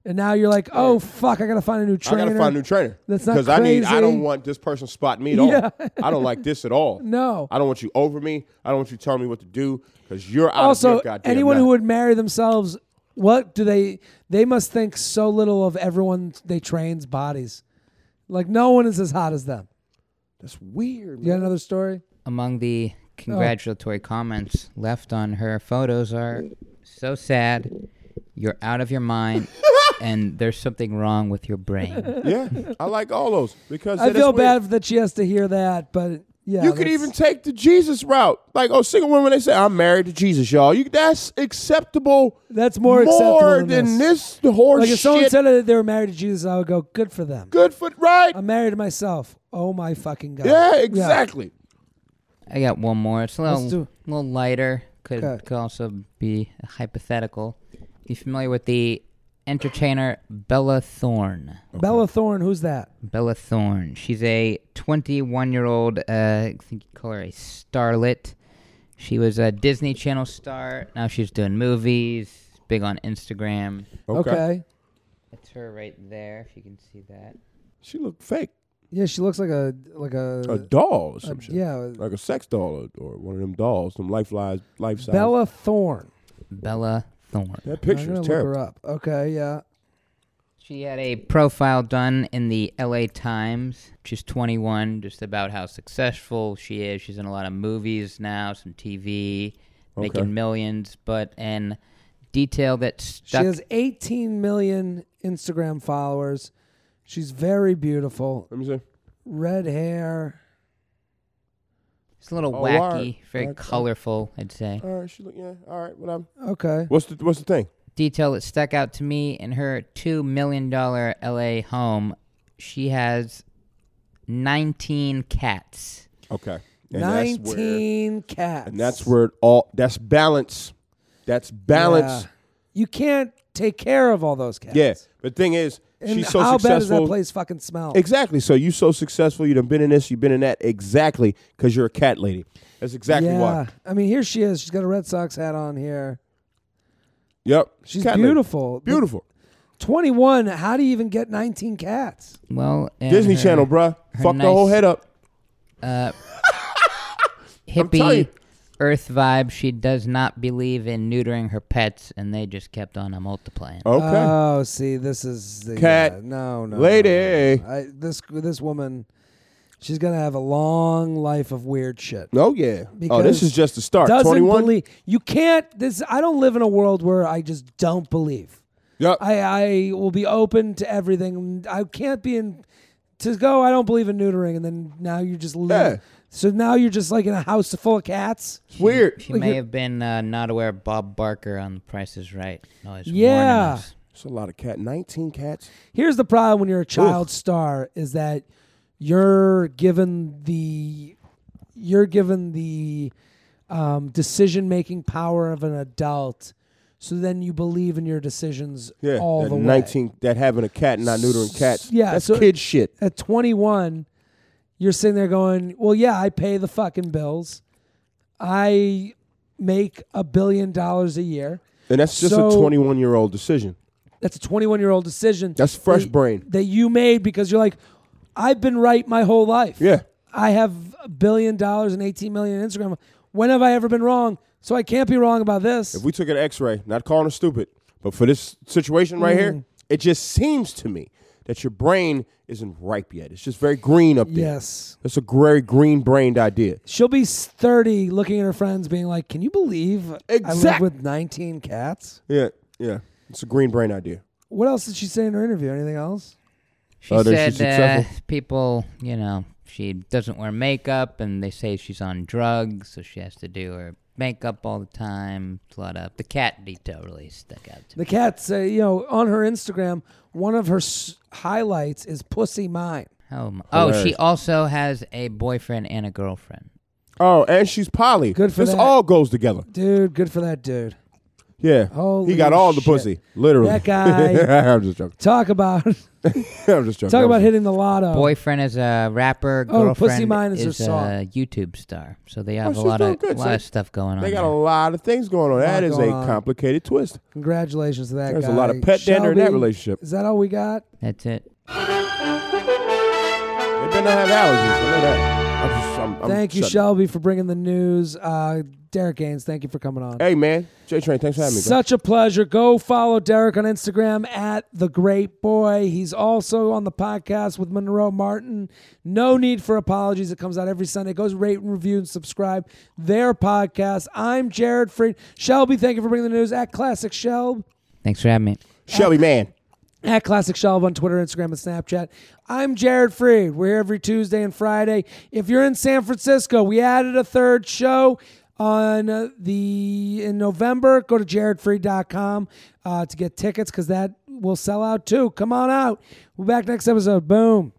S1: and now you're like, "Oh fuck, I gotta find a new
S3: I
S1: trainer."
S3: gotta find a new trainer.
S1: That's not
S3: I need. I
S1: crazy.
S3: don't want this person spotting me at all.
S1: Yeah.
S3: I don't like this at all.
S1: No.
S3: I don't want you over me. I don't want you telling me what to do because you're out
S1: also,
S3: of your goddamn.
S1: anyone who
S3: mind.
S1: would marry themselves, what do they? They must think so little of everyone they train's bodies. Like no one is as hot as them.
S3: That's weird.
S1: You got another story?
S4: Among the congratulatory comments left on her photos are so sad, you're out of your mind, and there's something wrong with your brain.
S3: Yeah. I like all those because
S1: I
S3: that is
S1: feel
S3: weird.
S1: bad that she has to hear that, but yeah.
S3: You could
S1: that's-
S3: even take the Jesus route. Like, oh, single women, they say, I'm married to Jesus, y'all. You That's acceptable.
S1: That's more
S3: more
S1: acceptable than
S3: than this, horse
S1: like if someone
S3: shit.
S1: said that they were married to Jesus, I would go, good for them.
S3: Good for right.
S1: I'm married to myself. Oh my fucking god.
S3: yeah, exactly.
S4: I got one more. It's a
S1: Let's do
S4: little,
S1: it.
S4: little lighter. Could,
S1: Okay.
S4: could also be hypothetical. You familiar with the entertainer Bella Thorne?
S1: Bella Thorne, who's that?
S4: Bella Thorne. She's a 21 year old, uh, I think you call her a starlet. She was a Disney Channel star. Now she's doing movies, big on Instagram.
S1: Okay.
S4: It's her right there, if you can see that.
S3: She looked fake.
S1: Yeah, she looks like a like a,
S3: a doll or some
S1: uh,
S3: shit.
S1: yeah.
S3: like a sex doll or, or one of them dolls, some life size, life size.
S1: Bella Thorne.
S4: Bella Thorne.
S3: That picture
S1: I'm
S3: is
S1: gonna
S3: terrible.
S1: Look her up. Okay, yeah.
S4: She had a profile done in the LA Times. She's 21, just about how successful she is. She's in a lot of movies now, some TV,
S3: Okay.
S4: making millions, but in detail that
S1: She
S4: stuck.
S1: has 18 million Instagram followers. She's very beautiful.
S3: Let me see.
S1: Red hair.
S4: it's a little
S3: Oh,
S4: wacky,
S3: alright.
S4: very
S3: Alright, alright.
S4: colorful, I'd say.
S3: All right, she look. Yeah. All right. What I'm.
S1: Okay.
S3: What's the What's the thing?
S4: detail that stuck out to me in her two million dollar LA home. She has nineteen cats.
S3: Okay. And That's where,
S1: 19 cats.
S3: and that's where it all. That's balance. That's balance.
S1: Yeah. You can't take care of all those cats.
S3: Yeah. But thing is,
S1: And
S3: she's so
S1: how bad does
S3: successful.
S1: that place fucking smell?
S3: Exactly. So you so successful. You've been in this. You've been in that. Exactly. Because you're a cat lady. That's exactly
S1: yeah.
S3: why.
S1: I mean, here she is. She's got a Red Sox hat on here.
S3: Yep.
S1: She's
S3: Cat lady.
S1: beautiful. But
S3: Beautiful.
S1: 21. How do you even get 19 cats?
S4: Well, and
S3: Disney
S4: her
S3: Channel, bruh.
S4: her
S3: Fuck the whole
S4: nice-
S3: head up. telling
S4: hippie
S3: you.
S4: Earth vibe. She does not believe in neutering her pets, and they just kept on multiplying.
S3: Okay.
S1: Oh, see, this is the
S3: Cat
S1: yeah, no, no,
S3: lady.
S1: no, no. I, this this woman, she's gonna have a long life of weird shit.
S3: oh yeah. Oh, this
S1: Because
S3: is just the start.
S1: Doesn't
S3: Twenty-one.
S1: believe you can't. This I don't live in a world where I just don't believe.
S3: Yep.
S1: I I will be open to everything. I can't be in to go. I don't believe in neutering, and then now you're just li-
S3: Yeah.
S1: So now you're just like in a house full of cats.
S3: Weird.
S4: She may have been uh, not aware of Bob Barker on The Price is Right. Always warning
S1: Yeah.
S4: us.
S3: It's a lot of cat. Nineteen cats.
S1: Here's the problem when you're a child star is that you're given the you're given the um, decision making power of an adult. So then you believe in your decisions
S3: Yeah.
S1: all
S3: that
S1: the way.
S3: Nineteen. That having a cat and not neutering cats.
S1: yeah,
S3: That's
S1: so-
S3: kid shit.
S1: At 21, you're sitting there going, "Well, yeah, I pay the fucking bills. I make a billion dollars a year."
S3: And that's just a
S1: So-
S3: twenty-one-year-old decision.
S1: That's a 21 year old decision.
S3: That's fresh
S1: that-
S3: brain.
S1: that you made because you're like, I've been right my whole life.
S3: Yeah.
S1: I have a billion dollars and 18 million on Instagram. When have I ever been wrong? So I can't be wrong about this.
S3: If we took an X-ray, not calling her stupid, but for this situation right
S1: Mm.
S3: here, it just seems to me that your brain isn't ripe yet. It's just very green up there.
S1: yes.
S3: That's a very green-brained idea.
S1: She'll be 30 looking at her friends being like, Can you believe I live
S3: Exact-
S1: with 19 cats?
S3: Yeah. Yeah. It's a green brain idea.
S1: What else did she say in her interview? Anything else?
S4: She
S3: Oh, then she's
S4: said uh,
S3: successful.
S4: people, you know, she doesn't wear makeup and they say she's on drugs, so she has to do her makeup all the time. It's a lot of the cat detail really stuck out to
S1: The
S4: me.
S1: cats, uh, you know, on her Instagram, one of her s- highlights is Pussy Mine.
S4: Oh, my- oh, she
S3: Hilarious.
S4: also has a boyfriend and a girlfriend.
S3: Oh, and she's poly.
S1: Good for
S3: this
S1: that.
S3: all goes together.
S1: Dude, good for that dude.
S3: Yeah.
S1: Holy
S3: he got all
S1: shit.
S3: the pussy. Literally.
S1: That guy-
S3: I'm just joking.
S1: Talk about
S3: I'm just joking.
S1: talk
S3: That
S1: about
S3: was-
S1: hitting the lotto.
S4: Boyfriend is a rapper.
S1: Oh,
S4: Girlfriend
S1: Pussy Mine is
S4: is,
S1: her song.
S4: a YouTube star. So they have
S3: she's
S4: a lot
S3: doing
S4: of
S3: good,
S4: lot
S3: so
S4: of stuff going on.
S3: They got
S4: there.
S3: a lot of things going on. That is a
S1: going on.
S3: complicated twist.
S1: Congratulations to that
S3: There's
S1: guy.
S3: a lot of pet dander in that
S1: Shelby,
S3: relationship.
S1: Is that all we got?
S4: That's it.
S3: They better not have allergies. I know that. I'm just, I'm, I'm
S1: thank you,
S3: shutting-
S1: Shelby, for bringing the news. Uh, Derek Gaines, thank you for coming on.
S3: Hey, man. J Train, thanks for having me. bro.
S1: Such a pleasure. Go follow Derek on Instagram at the Great Boy. He's also on the podcast with Monroe Martin. No need for apologies. It comes out every Sunday. Goes rate and review and subscribe their podcast. I'm Jared Fried. Shelby, thank you for bringing the news at Classic Shelb.
S4: Thanks for having me.
S3: Shelby, man.
S1: at Classic Shelb on Twitter, Instagram, and Snapchat. I'm Jared Freed. We're here every Tuesday and Friday. If you're in San Francisco, we added a third show on uh, the in November. Go to jaredfreed.com uh, to get tickets because that will sell out too. Come on out. We'll be back next episode. Boom.